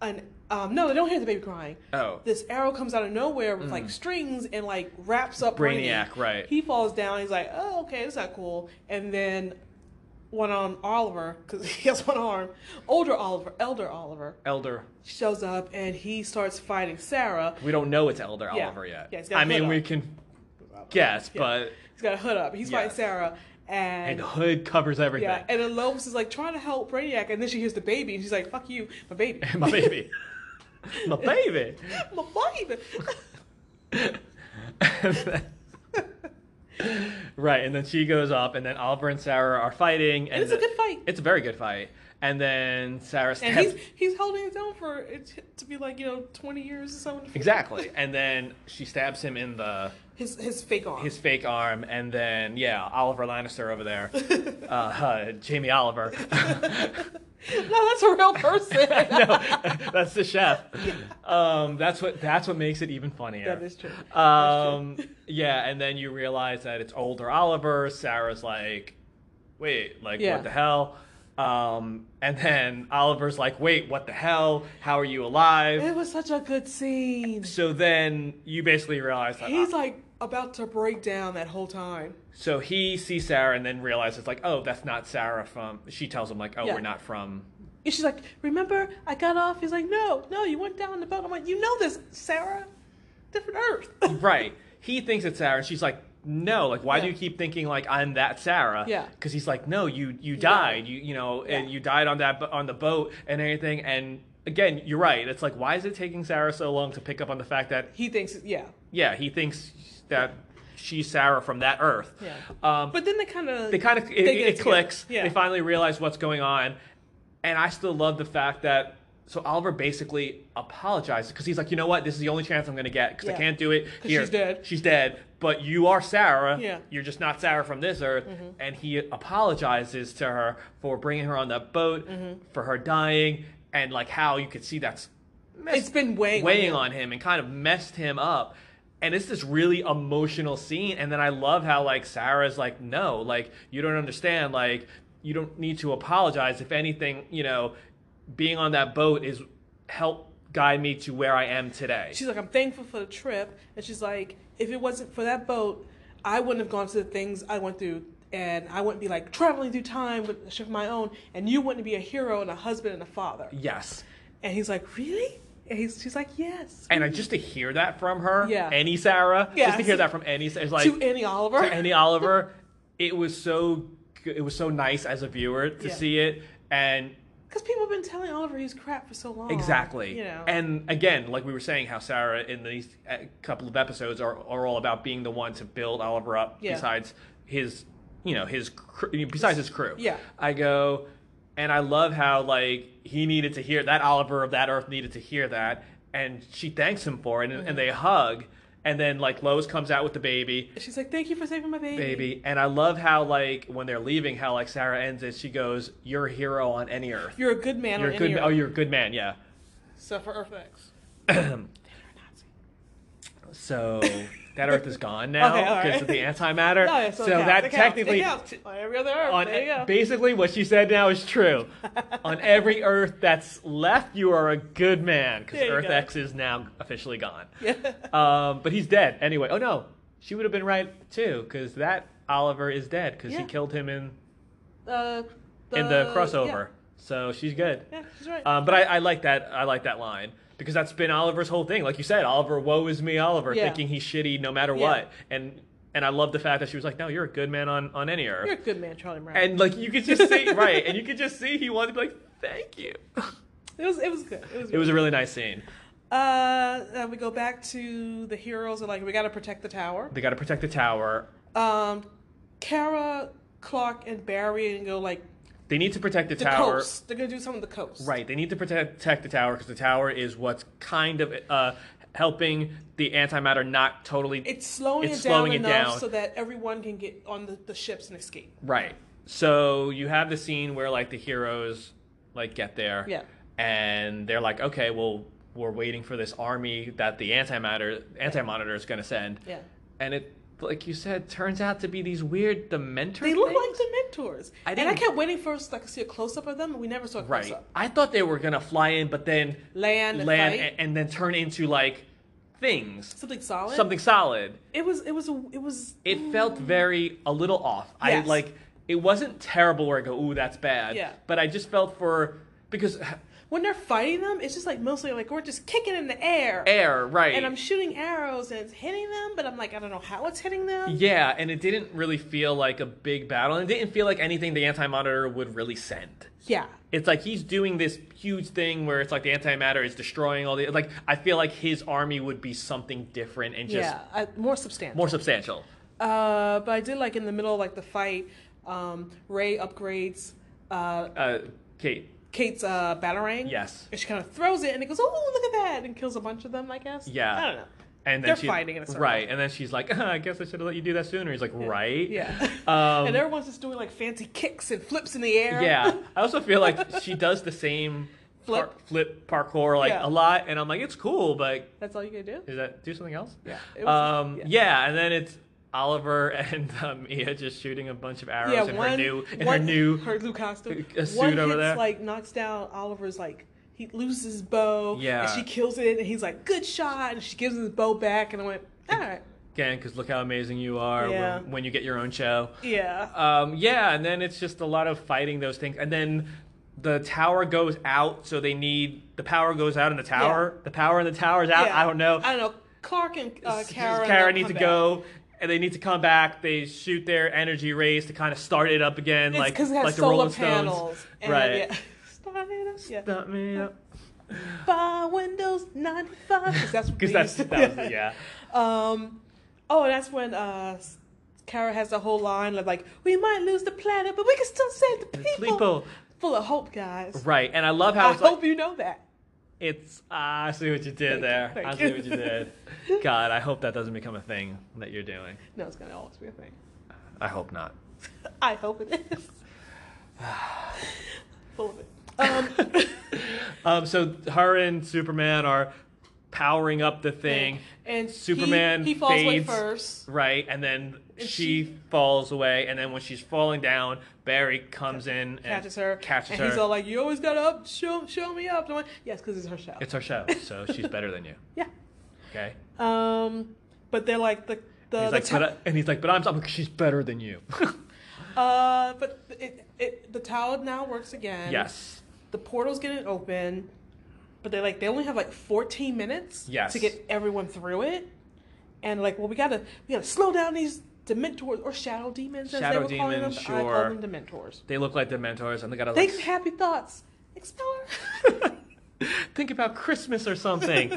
A: an um, no they don't hear the baby crying.
B: Oh.
A: This arrow comes out of nowhere with like strings and like wraps up Brainy.
B: Mm. Brainiac, right.
A: He falls down. He's like, "Oh, okay, that's not cool." And then one on Oliver because he has one arm. Older Oliver, elder Oliver
B: Elder.
A: shows up and he starts fighting Sarah.
B: We don't know it's Elder
A: Yeah.
B: Oliver yet.
A: Yeah, he's got
B: I
A: a
B: mean,
A: hood
B: we
A: on.
B: can guess, but.
A: He's got a hood up. He's fighting
B: Yes.
A: Sarah
B: And
A: and.
B: the hood covers everything.
A: yeah, and then Lois is like trying to help Brainiac, and then she hears the baby, and she's like, "Fuck you, my baby,
B: My baby. My baby.
A: my baby."
B: right, and then she goes up, and then Oliver and Sarah are fighting. And
A: it's a
B: the-
A: good fight.
B: It's a very good fight. And then Sarah
A: and
B: steps
A: he's he's holding his own for it to be like you know twenty years or something.
B: exactly, and then she stabs him in the
A: His his fake arm.
B: his fake arm, and then yeah, Oliver Lannister over there, uh, uh, Jamie Oliver.
A: no, that's a real person.
B: no, that's the chef. Um, that's what that's what makes it even funnier.
A: That is true.
B: Um, yeah, and then you realize that it's older Oliver. Sarah's like, wait, like,
A: Yeah.
B: what the hell? Um, and then Oliver's like, wait, what the hell? How are you alive?
A: It was such a good scene.
B: So then you basically realize that.
A: He's like about to break down that whole time.
B: so he sees Sarah and then realizes, like, oh, that's not Sarah from. She tells him, like, oh,
A: Yeah.
B: we're not from.
A: And she's like, "Remember, I got off." He's like, "No, no, you went down the boat." I'm like, "You know this, Sarah? Different Earth."
B: Right. He thinks it's Sarah, and she's like, no, like, why do
A: Yeah.
B: you keep thinking like I'm that Sarah?
A: Yeah.
B: Because he's like, no, you you died, you you know, and
A: Yeah.
B: you died on that bo- on the boat and everything. And again, you're right. It's like, why is it taking Sarah so long to pick up on the fact that
A: he thinks, yeah.
B: yeah, he thinks that she's Sarah from that Earth.
A: Yeah.
B: Um,
A: But then they kind of
B: they kind of it,
A: They get
B: it
A: together.
B: clicks.
A: Yeah.
B: They finally realize what's going on, and I still love the fact that so Oliver basically apologizes because he's like, you know what, this is the only chance I'm going to get because
A: Yeah.
B: I can't do it
A: 'Cause
B: here.
A: she's dead.
B: She's dead. But you are Sarah.
A: Yeah. Mm-hmm.
B: You're just not Sarah from this earth. And he apologizes to her for bringing her on that boat,
A: Mm-hmm.
B: for her dying, and like how you could see that's
A: it's been weighing,
B: weighing
A: him.
B: on him and kind of messed him up. And it's this really emotional scene. And then I love how like Sarah's like, no, like you don't understand. Like you don't need to apologize. If anything, you know, being on that boat is help guide me to where I am today.
A: She's like, "I'm thankful for the trip," and she's like, "If it wasn't for that boat, I wouldn't have gone through the things I went through." And I wouldn't be like traveling through time with a ship of my own, and you wouldn't be a hero and a husband and a father.
B: yes.
A: And he's like, Really? And he's, she's like, Yes.
B: And I, just to hear that from her,
A: Yeah.
B: any Sarah,
A: Yeah.
B: just to hear that from any, it's like
A: to Annie Oliver.
B: to Annie Oliver. It was so g- it was so nice as a viewer to
A: Yeah.
B: see it, and
A: Because people have been telling Oliver he's crap for so long.
B: Exactly.
A: You know.
B: And again, like we were saying, how Sarah in these uh, couple of episodes are, are all about being the one to build Oliver up.
A: Yeah.
B: Besides his, you know, his cr- besides his crew.
A: Yeah.
B: I go, and I love how like he needed to hear that Oliver of that Earth needed to hear that, and she thanks him for it, and,
A: Mm-hmm.
B: and they hug, and then like Lois comes out with the baby,
A: she's like, "Thank you for saving my baby."
B: baby, and I love how like when they're leaving, how like Sarah ends it, she goes, "You're a hero on any Earth."
A: You're a good man.
B: You're
A: on
B: a good.
A: Any
B: ma- Oh,
A: Earth.
B: you're a good man. Yeah.
A: Except for Earth X.
B: So that Earth is gone now
A: Okay, all right.
B: because of the antimatter.
A: No, it
B: so
A: still counts.
B: that
A: It counts. It
B: technically,
A: counts. on every other Earth.
B: on e,
A: there you go.
B: basically what she said now is true. on every Earth that's left, you are a good man because
A: There you
B: Earth
A: go.
B: X is now officially gone.
A: Yeah.
B: Um, but he's dead anyway. Oh no, she would have been right too because that Oliver is dead because
A: Yeah.
B: he killed him in
A: Uh,
B: in the crossover. So she's good.
A: Yeah, yeah she's right.
B: Um, but I, I like that. I like that line because that's been Oliver's whole thing. Like you said, Oliver, woe is me, Oliver,
A: Yeah.
B: thinking he's shitty no matter
A: Yeah.
B: what. And and I love the fact that she was like, no, you're a good man on on any earth.
A: you're a good man, Charlie Brown.
B: and like you could just see right, and you could just see he wanted to be like, thank you.
A: it was it was good. It was.
B: It was a really nice scene.
A: Uh, and we go back to the heroes. Are like, we got to protect the tower.
B: They got to protect the tower.
A: Um, Kara, Clark, and Barry, and go like
B: They need to protect the,
A: the
B: tower.
A: coast. They're gonna do something with the coast.
B: Right. They need to protect, protect the tower because the tower is what's kind of uh, helping the antimatter not totally
A: It's slowing
B: It's
A: it down
B: slowing it
A: enough
B: down.
A: so that everyone can get on the, the ships and escape.
B: Right. So you have the scene where like the heroes like get there.
A: Yeah.
B: And they're like, okay, well, we're waiting for this army that the antimatter anti monitor is gonna send.
A: Yeah.
B: And it like you said, turns out to be these weird dementor.
A: They look
B: things.
A: like the mentors.
B: I
A: and I
B: didn't-
A: kept waiting for us to like, see a close up of them, and we never saw a close
B: Right.
A: up.
B: I thought they were gonna fly in, but then
A: Land and
B: land
A: fight.
B: and, and then turn into like things.
A: Something solid.
B: Something solid.
A: It was. It was. a- It was.
B: it felt very a little off.
A: Yes.
B: I like it wasn't terrible where I go, ooh, that's bad.
A: Yeah.
B: But I just felt for because
A: when they're fighting them, it's just like mostly like we're just kicking in the air,
B: air, right?
A: and I'm shooting arrows and it's hitting them, but I'm like I don't know how it's hitting them.
B: yeah, and it didn't really feel like a big battle, and it didn't feel like anything the anti monitor would really send.
A: Yeah,
B: It's like he's doing this huge thing where it's like the antimatter is destroying all the like. I feel like his army would be something different and just
A: yeah, I, more substantial.
B: more substantial.
A: Uh, but I did like in the middle of like the fight, um, Ray upgrades uh,
B: Uh, Kate,
A: Kate's uh, batarang.
B: Yes.
A: and she kind of throws it, and it goes, "Oh, look at that!" and kills a bunch of them. I guess.
B: Yeah.
A: I don't know.
B: and then
A: They're
B: she,
A: fighting in a circle.
B: right, and then she's like, "Uh, "I guess I should have let you do that sooner." He's like, "Right."
A: Yeah.
B: Um,
A: and everyone's just doing like fancy kicks and flips in the air.
B: Yeah, I also feel like she does the same
A: Flip.
B: par- flip parkour like
A: Yeah.
B: a lot, and I'm like, it's cool, but
A: That's all you can do.
B: is that do something else?
A: Yeah. It was-
B: Um,
A: yeah.
B: yeah. and then it's Oliver and um, Mia just shooting a bunch of arrows in her new in
A: one-
B: her new
A: her new costume.
B: a suit
A: one
B: over
A: hits,
B: there.
A: like knocks down Oliver's like he loses his bow.
B: Yeah.
A: and she kills it, and he's like, "Good shot!" And she gives him his bow back, and I went, "All right,
B: again because look how amazing you are
A: Yeah.
B: when, when you get your own show.
A: yeah."
B: Um, yeah, and then it's just a lot of fighting those things, and then. The tower goes out, so they need the power goes out in the tower. The power in the tower is out.
A: Yeah.
B: I don't know.
A: I don't know. Clark and uh, Kara. they'll
B: Kara, needs to
A: come back.
B: go, and they need to come back. They shoot their energy rays to kind of start it up again,
A: It's
B: like
A: because it has
B: like the
A: solar
B: Rolling
A: panels.
B: Stones,
A: And,
B: right?
A: Yeah. Started us, yeah.
B: Stop me up.
A: By Windows 95. Because that's what they
B: Because that's
A: used to-
B: that was, yeah.
A: Um, oh, and that's when uh, s- Kara has the whole line of like, "We might lose the planet, but we can still save the people."
B: People.
A: Full of hope, guys.
B: Right, and I love
A: I
B: how it's like
A: hope you know that.
B: it's. Ah, I see what you did
A: Thank you,
B: there.
A: thank
B: I
A: you.
B: see what you did. God, I hope that doesn't become a thing that you're doing.
A: No, it's gonna always be a thing.
B: I hope not.
A: I hope it is. Full of it. Um,
B: Um, so her and Superman are powering up the thing.
A: and he-
B: Superman
A: he, falls away
B: fades.
A: first.
B: Right, and then
A: And
B: she, falls away, and then when she's falling down, Barry comes in and
A: catches her.
B: Catches
A: and
B: her.
A: He's all like, "You always got up. Show, show me up." And I'm like, "Yes, because it's her show."
B: it's her show, so she's better than you.
A: yeah.
B: Okay.
A: Um, but they're like the the,
B: And
A: the
B: he's, like,
A: to-
B: but I- and he's like, but I'm, I'm like, she's better than you.
A: uh, but it, it the tower now works again.
B: yes.
A: The portal's getting open, but they like they only have like 14 minutes
B: Yes.
A: to get everyone through it, and like, well, we gotta we gotta slow down these dementors or shadow demons as
B: Shadow
A: they were calling them.
B: demons,
A: but I
B: sure.
A: call them dementors.
B: They look like the mentors, and they got to
A: Think
B: like,
A: happy thoughts. Expeller.
B: Think about Christmas or something.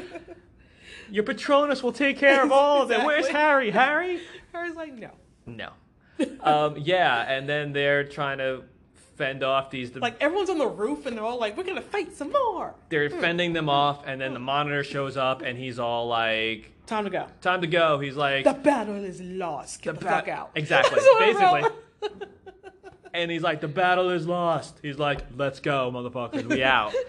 B: Your Patronus will take care of all of it. Where's
A: Exactly.
B: Harry? Harry?
A: Harry's like, no.
B: No. Um, yeah, and then they're trying to fend off these.
A: Like everyone's on the roof and they're all like, we're gonna fight some more.
B: they're fending them off, and then the monitor shows up, and he's all like,
A: Time to go.
B: "Time to go." He's like,
A: The battle is lost. Get the,
B: The
A: fuck
B: bat-
A: out.
B: Exactly.
A: That's what I wrote.
B: and he's like, "The battle is lost." He's like, "Let's go, motherfuckers, we out."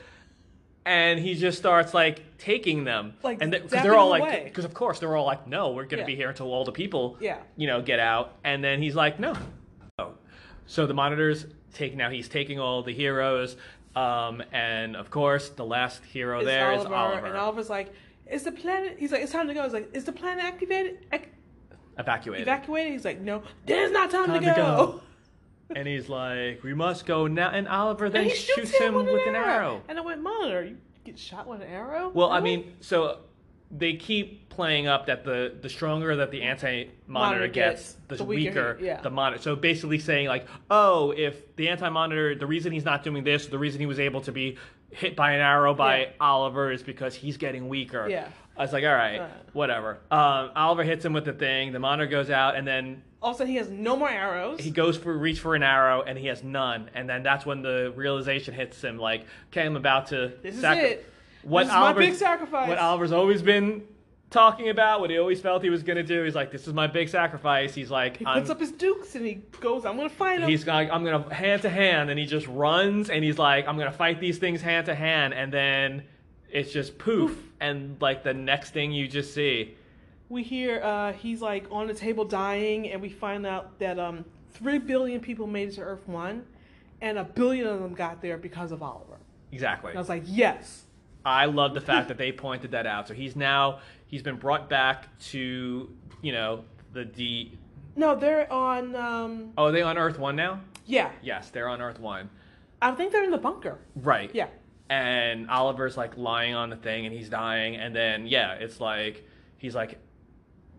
B: and he just starts like taking them,
A: Like,
B: and they,
A: zapping
B: they're all
A: them
B: like,
A: away.
B: because of course they're all like, "No, we're gonna
A: Yeah.
B: be here until all the people,
A: Yeah.
B: you know, get out." And then he's like, "No." Oh. So the monitors take now. He's taking all the heroes, um, and of course the last hero
A: It's
B: there is
A: Oliver, and Oliver's like, is the planet? He's like, it's time to go. He's like, is the planet activated? Ac-
B: evacuated.
A: evacuated? He's like, no, there's not time,
B: Time
A: to, go.
B: to go. and he's like, "We must go now." And Oliver then
A: And he
B: shoots, him with an arrow.
A: And I went, monitor, you get shot with an arrow?
B: Well, I
A: Really?
B: mean, so they keep playing up that the the stronger that the anti monitor
A: Monitor
B: gets,
A: gets,
B: the,
A: the weaker
B: weaker
A: he- yeah.
B: the monitor. So basically saying like, oh, if the anti monitor, the reason he's not doing this, the reason he was able to be hit by an arrow by
A: Yeah.
B: Oliver is because he's getting weaker.
A: Yeah.
B: I was like, all right,
A: Uh.
B: whatever. Um, Oliver hits him with the thing. The monitor goes out, and then
A: all of a sudden he has no more arrows.
B: he goes for reach for an arrow and he has none and then that's when the realization hits him like okay i'm about to
A: This is
B: sacri-
A: it.
B: what
A: This is my
B: Oliver's-
A: big sacrifice.
B: what oliver's always been talking about what he always felt he was going to do he's like this is my big sacrifice he's like
A: He
B: I'm-
A: puts up his dukes and he goes, I'm going to fight him.
B: he's like i'm going to hand to hand and he just runs and he's like i'm going to fight these things hand to hand and then it's just poof, and like the next thing you just see
A: we hear uh, he's like on the table dying, and we find out that um, three billion people made it to Earth One, and a billion of them got there because of Oliver.
B: exactly
A: And I was like, yes,
B: I love the fact that they pointed that out. So he's now he's been brought back to you know the D.
A: no, they're on. Um,
B: Oh, are they on Earth One now?
A: yeah,
B: Yes, they're on Earth One.
A: I think they're in the bunker.
B: Right.
A: Yeah,
B: And Oliver's like lying on the thing, and he's dying. And then yeah, it's like he's like,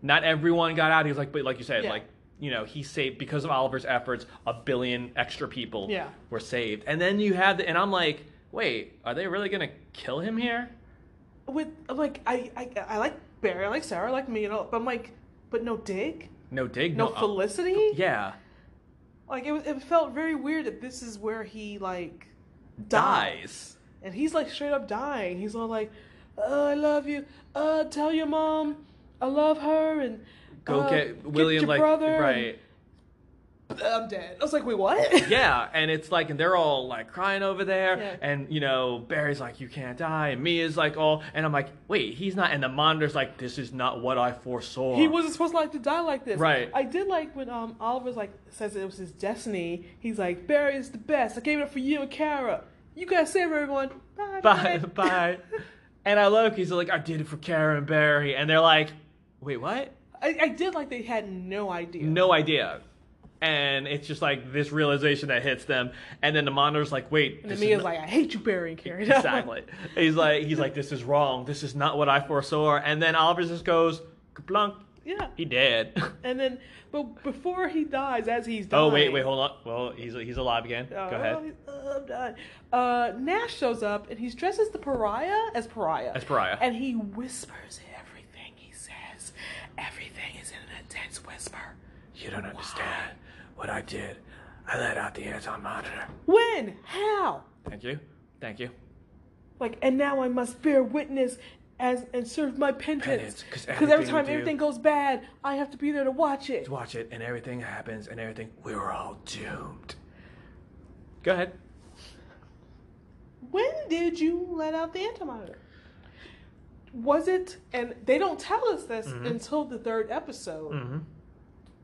B: not everyone got out. He was like, but like you said,
A: Yeah.
B: like you know he saved because of Oliver's efforts, a billion extra people
A: Yeah.
B: were saved. And then you have the and I'm like, wait, are they really gonna kill him here?
A: with like I, I I like Barry, I like Sarah, I like me, and all, but I'm like, but no Dig,
B: No dig.
A: no,
B: No. uh,
A: Felicity.
B: yeah.
A: Like it, was- it felt very weird that this is where he like
B: Dies.
A: And he's like straight up dying. He's all like, uh, I love you. Uh, tell your mom I love her and
B: go
A: uh,
B: get William
A: your
B: like
A: brother
B: right.
A: and- I'm dead. I was like, wait, what?
B: Yeah, and it's like and they're all like crying over there
A: Yeah.
B: and you know, Barry's like you can't die and Mia's like all and I'm like, "Wait, he's not." And the monitor's like, "This is not what I foresaw."
A: He wasn't supposed to like to die like this.
B: Right.
A: I did like when um Oliver's like says it was his destiny. He's like, Barry is the best. I gave it up for you and Kara. You guys save everyone. Bye.
B: bye bye. and I love he's like, "I did it for Kara and Barry." And they're like, "Wait, what?"
A: I, I did like they had no idea.
B: No idea. And it's just like this realization that hits them, and then the monitor's like, "Wait."
A: And
B: this is
A: Mia's
B: not-
A: like, I hate you, Barry and Kara.
B: exactly. He's like, he's like, this is wrong. This is not what I foresaw. And then Oliver just goes, kaplunk.
A: yeah.
B: He dead.
A: And then, but before he dies, as he's dying.
B: oh wait, wait, hold on. Well, he's he's alive again.
A: Oh,
B: Go ahead.
A: he's- oh, I'm done. Uh, Nash shows up and he's dressed as the pariah, as pariah,
B: As Pariah.
A: and he whispers everything he says. Everything is in an intense whisper.
B: You don't understand what I did. I let out the anti monitor.
A: When? How?
B: Thank you. Thank you.
A: Like, and now I must bear witness as and serve my penance.
B: Penance, 'cause
A: every
B: everything
A: time
B: we do-
A: everything goes bad, I have to be there to watch it.
B: Watch it, and everything happens, and everything. We were all doomed. Go ahead.
A: When did you let out the antimatter? Was it? And they don't tell us this until the third episode.
B: Mm-hmm.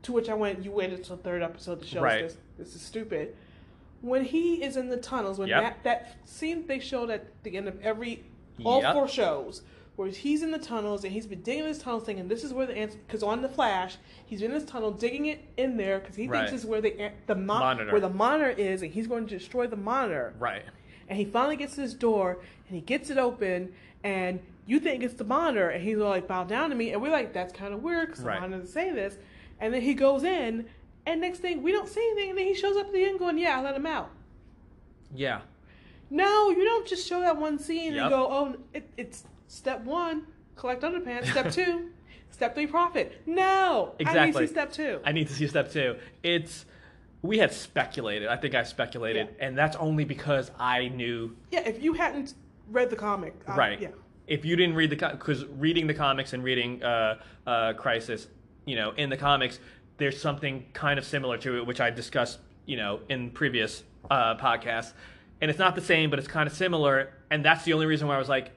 A: To which I went, you waited till the third episode to show
B: Right.
A: us this. This is stupid. When he is in the tunnels, when
B: Yep.
A: that, that scene they showed at the end of every all
B: Yep.
A: four shows, where he's in the tunnels and he's been digging his tunnels, thinking this is where the ants. Because on the Flash, he's in his tunnel digging it in there because he
B: Right.
A: thinks this is where the an- the mon-
B: Monitor.
A: where the monitor is, and he's going to destroy the monitor.
B: Right.
A: And he finally gets to this door and he gets it open and you think it's the monitor and he's all like bow down to me and we're like that's kind of weird because
B: Right.
A: the monitor doesn't say this and then he goes in and next thing we don't see anything and then he shows up at the end going yeah I let him out
B: Yeah.
A: No, you don't just show that one scene
B: Yep.
A: and go, oh, it, it's step one, collect underpants. Step two, step three, profit. No, I need to
B: Exactly.
A: see step two.
B: I need to see step two. It's we had speculated. I think I speculated, and that's only because I knew
A: yeah, if you hadn't read the comic, I-
B: right.
A: Uh, Yeah,
B: If you didn't read the because reading the comics and reading uh, uh, Crisis, you know, in the comics, there's something kind of similar to it, which I've discussed, you know, in previous uh, podcasts, and it's not the same, but it's kind of similar, and that's the only reason why I was like.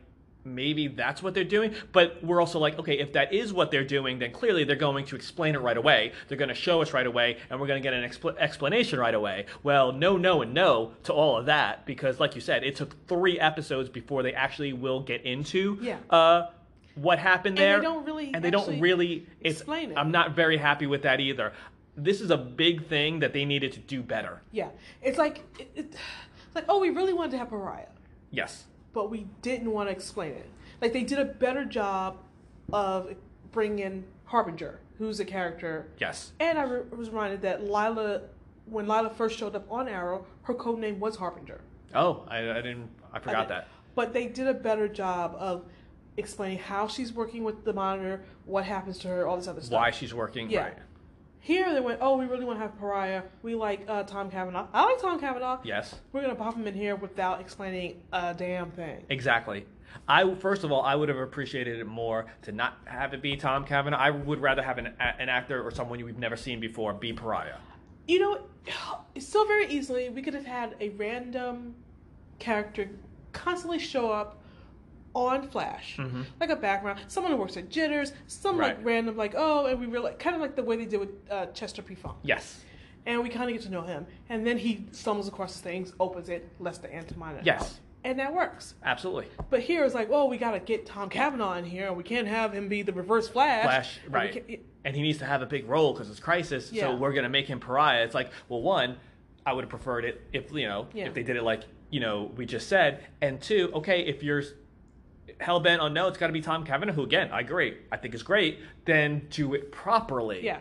B: Maybe that's what they're doing, but we're also like, okay, if that is what they're doing, then clearly they're going to explain it right away. They're going to show us right away, and we're going to get an expl- explanation right away. Well, no, no, and no to all of that because, like you said, it took three episodes before they actually will get into
A: Yeah.
B: uh, what happened
A: And they
B: there.
A: don't really
B: and they don't
A: actually
B: really it's,
A: explain it.
B: I'm not very happy with that either. This is a big thing that they needed to do better.
A: yeah. It's like, it, it, it's like, oh, we really wanted to have Pariah,
B: Yes,
A: but we didn't want to explain it. Like they did a better job of bringing in Harbinger, who's a character
B: yes,
A: And I re- was reminded that Lila, when Lila first showed up on Arrow, her code name was Harbinger.
B: Oh, I, I didn't. I forgot that.
A: But they did a better job of explaining how she's working with the monitor, what happens to her, all this other stuff.
B: Why she's working.
A: Yeah.
B: Right.
A: Here they went, oh, we really want to have Pariah. We like uh, Tom Cavanaugh. I like Tom Cavanaugh.
B: Yes.
A: We're going to pop him in here without explaining a damn thing.
B: Exactly. I first of all, I would have appreciated it more to not have it be Tom Cavanaugh. I would rather have an, a- an actor or someone we've never seen before be Pariah.
A: You know, so very easily we could have had a random character constantly show up on Flash, like a background, someone who works at Jitters, some
B: Mm-hmm. Right.
A: like random, like oh, and we really kind of like the way they did with uh, Chester P. Funk,
B: Yes.
A: and we kind of get to know him, and then he stumbles across his things, opens it, lets the Antimonitor,
B: Yes.
A: and that works.
B: Absolutely.
A: But here it's like, oh, we gotta get Tom Cavanaugh in here, and we can't have him be the Reverse Flash.
B: Flash.
A: and we
B: Right.
A: can't-
B: And he needs to have a big role because it's crisis.
A: Yeah.
B: So we're gonna make him Pariah. It's like, well, one, I would have preferred it if you know
A: Yeah.
B: if they did it like you know we just said, and two, okay, if you're hell bent on no, it's got to be Tom Cavanaugh, who again I agree, I think is great. Then do it properly.
A: yeah.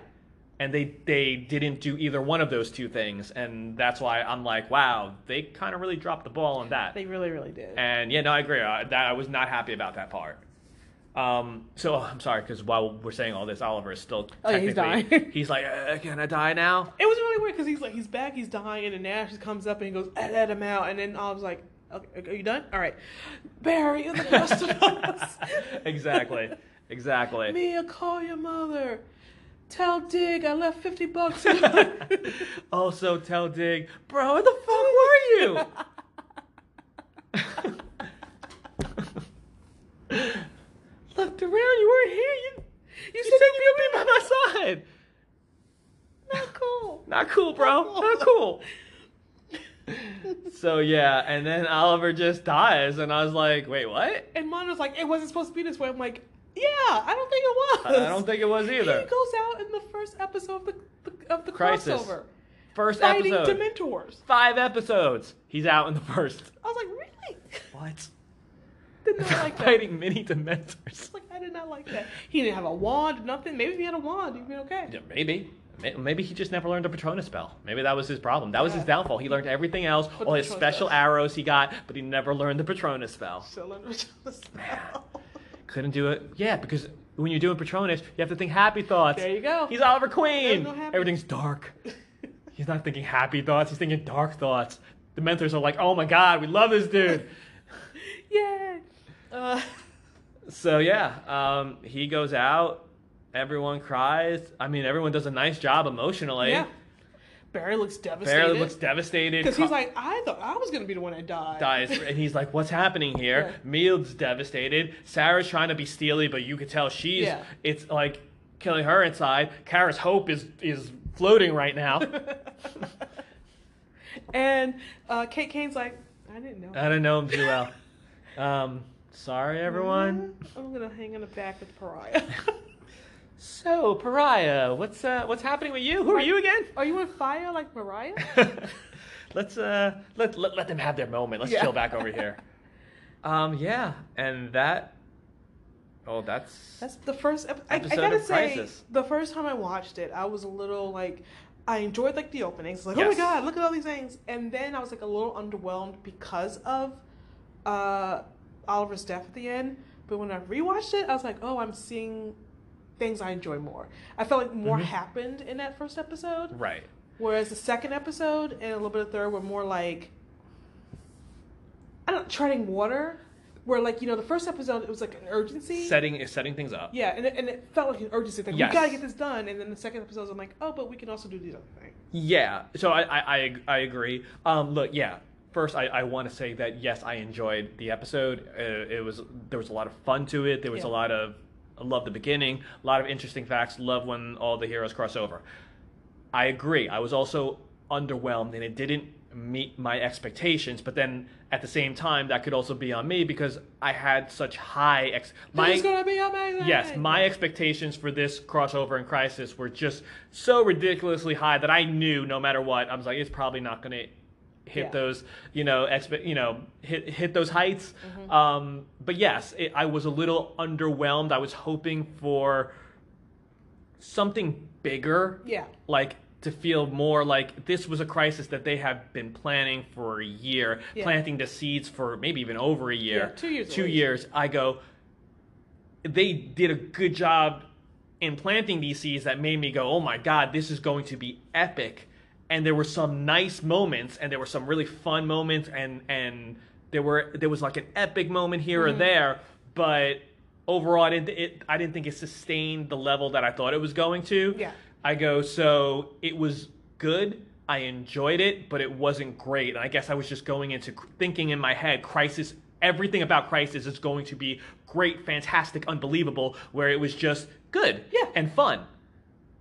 B: and they they didn't do either one of those two things and that's why i'm like wow they kind of really dropped the ball on that
A: They really, really did.
B: and yeah no i agree I, that i was not happy about that part um so oh, i'm sorry because while we're saying all this oliver is still
A: Oh, yeah, he's
B: technically-
A: dying.
B: he's like uh, can i die now
A: It was really weird because he's like he's back, he's dying, and Nash comes up and he goes at, at him out, and then I was like, okay, "Are you done? All right, Barry, you're the best of us."
B: exactly exactly
A: Mia, call your mother. Tell Dig I left fifty bucks.
B: also tell dig bro where the fuck were you looked around you weren't here you
A: you
B: You
A: said
B: said you'd be by my side.
A: not cool.
B: Not cool, bro. Not cool. so yeah, and then Oliver just dies, and I was like, wait, what?
A: And Mono's like, "It wasn't supposed to be this way." I'm like, "Yeah, I don't think it
B: I
A: was."
B: I don't think it was
A: He
B: either.
A: goes out in the first episode of the, the of the
B: Crisis.
A: crossover,
B: First
A: fighting
B: episode.
A: Dementors.
B: Five episodes. He's out in the first.
A: I was like, "Really?"
B: What?
A: Did not like that.
B: Fighting mini dementors.
A: It's like I did not like that. He didn't have a wand, nothing. Maybe if he had a wand, he'd be okay.
B: Yeah, maybe. May- Maybe he just never learned a Patronus spell. Maybe that was his problem. That was his downfall. He learned everything else,
A: the
B: all his
A: Patronus
B: special
A: spell.
B: arrows he got, but he never learned the Patronus spell.
A: Still under the spell.
B: Couldn't do it. Yeah, because when you're doing Patronus, you have to think happy thoughts.
A: There you go.
B: He's Oliver Queen.
A: There's no happy-
B: Everything's dark. He's not thinking happy thoughts. He's thinking dark thoughts. The mentors are like, "Oh my God, we love this dude."
A: Yay! Uh,
B: so yeah, um, he goes out. Everyone cries. I mean, everyone does a nice job emotionally.
A: yeah. Barry looks devastated.
B: Barely looks devastated.
A: Because he's
B: Ca-
A: like, I thought I was gonna be the one that died.
B: dies and he's like what's happening here
A: Yeah.
B: Mild's devastated Sarah's trying to be steely but you could tell she's
A: Yeah.
B: it's like killing her inside Kara's hope is is floating right now
A: and uh, Kate Kane's like, I didn't know.
B: I don't know him too well um sorry everyone
A: I'm gonna hang in the back with Pariah.
B: so Pariah what's uh what's happening with you who are you again
A: Are you on fire like Mariah?
B: let's uh let, let let them have their moment let's
A: Yeah.
B: chill back over here um yeah and that oh that's
A: That's the first ep- I, I
B: Episode
A: gotta
B: of
A: say,
B: Crisis.
A: the first time I watched it, I was a little like, I enjoyed like the openings, like oh my
B: Yes.
A: god, look at all these things, and then I was like a little underwhelmed because of uh, Oliver's death at the end. But when I rewatched it, I was like, oh, I'm seeing things I enjoy more. I felt like more
B: Mhm.
A: happened in that first episode,
B: Right.
A: whereas the second episode and a little bit of third were more like I don't treading water. Where like you know the first episode it was like an urgency.
B: Setting is setting things up.
A: Yeah, and it, and it felt like an urgency. Like
B: Yes.
A: we gotta get this done. And then the second episode, I'm like, oh, but we can also do these other things.
B: Yeah. So I I, I, I agree. Um, look, yeah. First, I, I want to say that yes, I enjoyed the episode. Uh, it was there was a lot of fun to it. There was a
A: Yeah.
B: lot of I love the beginning. A lot of interesting facts. Love when all the heroes cross over. I agree. I was also underwhelmed, and it didn't meet my expectations. But then at the same time, that could also be on me because I had such high ex. My,
A: this is gonna be amazing.
B: Yes, my expectations for this crossover and crisis were just so ridiculously high that I knew no matter what, I was like, it's probably not going to hit
A: Yeah.
B: those, you know, expe- you know, hit hit those heights. Um, but yes, it, I was a little underwhelmed. I was hoping for something bigger
A: Yeah.
B: like to feel more like this was a crisis that they have been planning for a year,
A: Yeah.
B: planting the seeds for maybe even over a year.
A: Yeah, two years at
B: Two
A: least.
B: years. I go. They did a good job in planting these seeds that made me go, "Oh my god, this is going to be epic." And there were some nice moments, and there were some really fun moments, and and there were there was like an epic moment here
A: Mm-hmm.
B: or there, but overall, I didn't it, I didn't think it sustained the level that I thought it was going to.
A: Yeah.
B: I go, so it was good. I enjoyed it, but it wasn't great. And I guess I was just going into cr- thinking in my head, Crisis, everything about Crisis is going to be great, fantastic, unbelievable, where it was just good
A: Yeah.
B: and fun.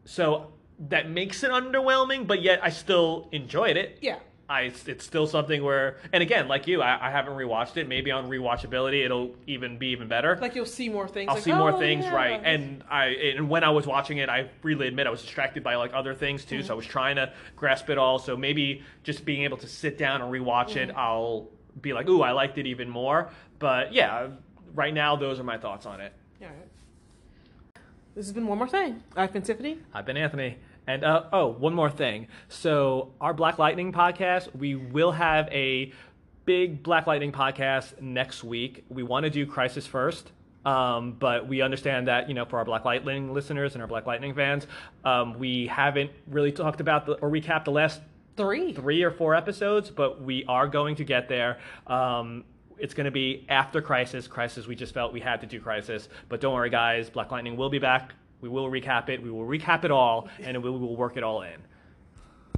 B: So that makes it underwhelming, but yet I still enjoyed it.
A: Yeah.
B: I, it's still something where, and again, like you, I, I haven't rewatched it. Maybe on rewatchability, it'll even be even better.
A: Like you'll see more things.
B: I'll
A: like,
B: see more
A: oh,
B: things,
A: yeah.
B: right? And I and when I was watching it, I freely admit I was distracted by like other things too.
A: Mm-hmm.
B: So I was trying to grasp it all. So maybe just being able to sit down and rewatch
A: Mm-hmm.
B: it, I'll be like, "Ooh, I liked it even more." But yeah, right now those are my thoughts on it.
A: All right. This has been one more thing. I've been Tiffany.
B: I've been Anthony. And uh, oh, one more thing. So our Black Lightning podcast, we will have a big Black Lightning podcast next week. We want to do Crisis first. Um, but we understand that you know for our Black Lightning listeners and our Black Lightning fans, um, we haven't really talked about the, or recapped the last
A: Three.
B: three or four episodes, but we are going to get there. Um, it's going to be after Crisis. Crisis, we just felt we had to do Crisis. But don't worry, guys. Black Lightning will be back. We will recap it. We will recap it all, and we will work it all in.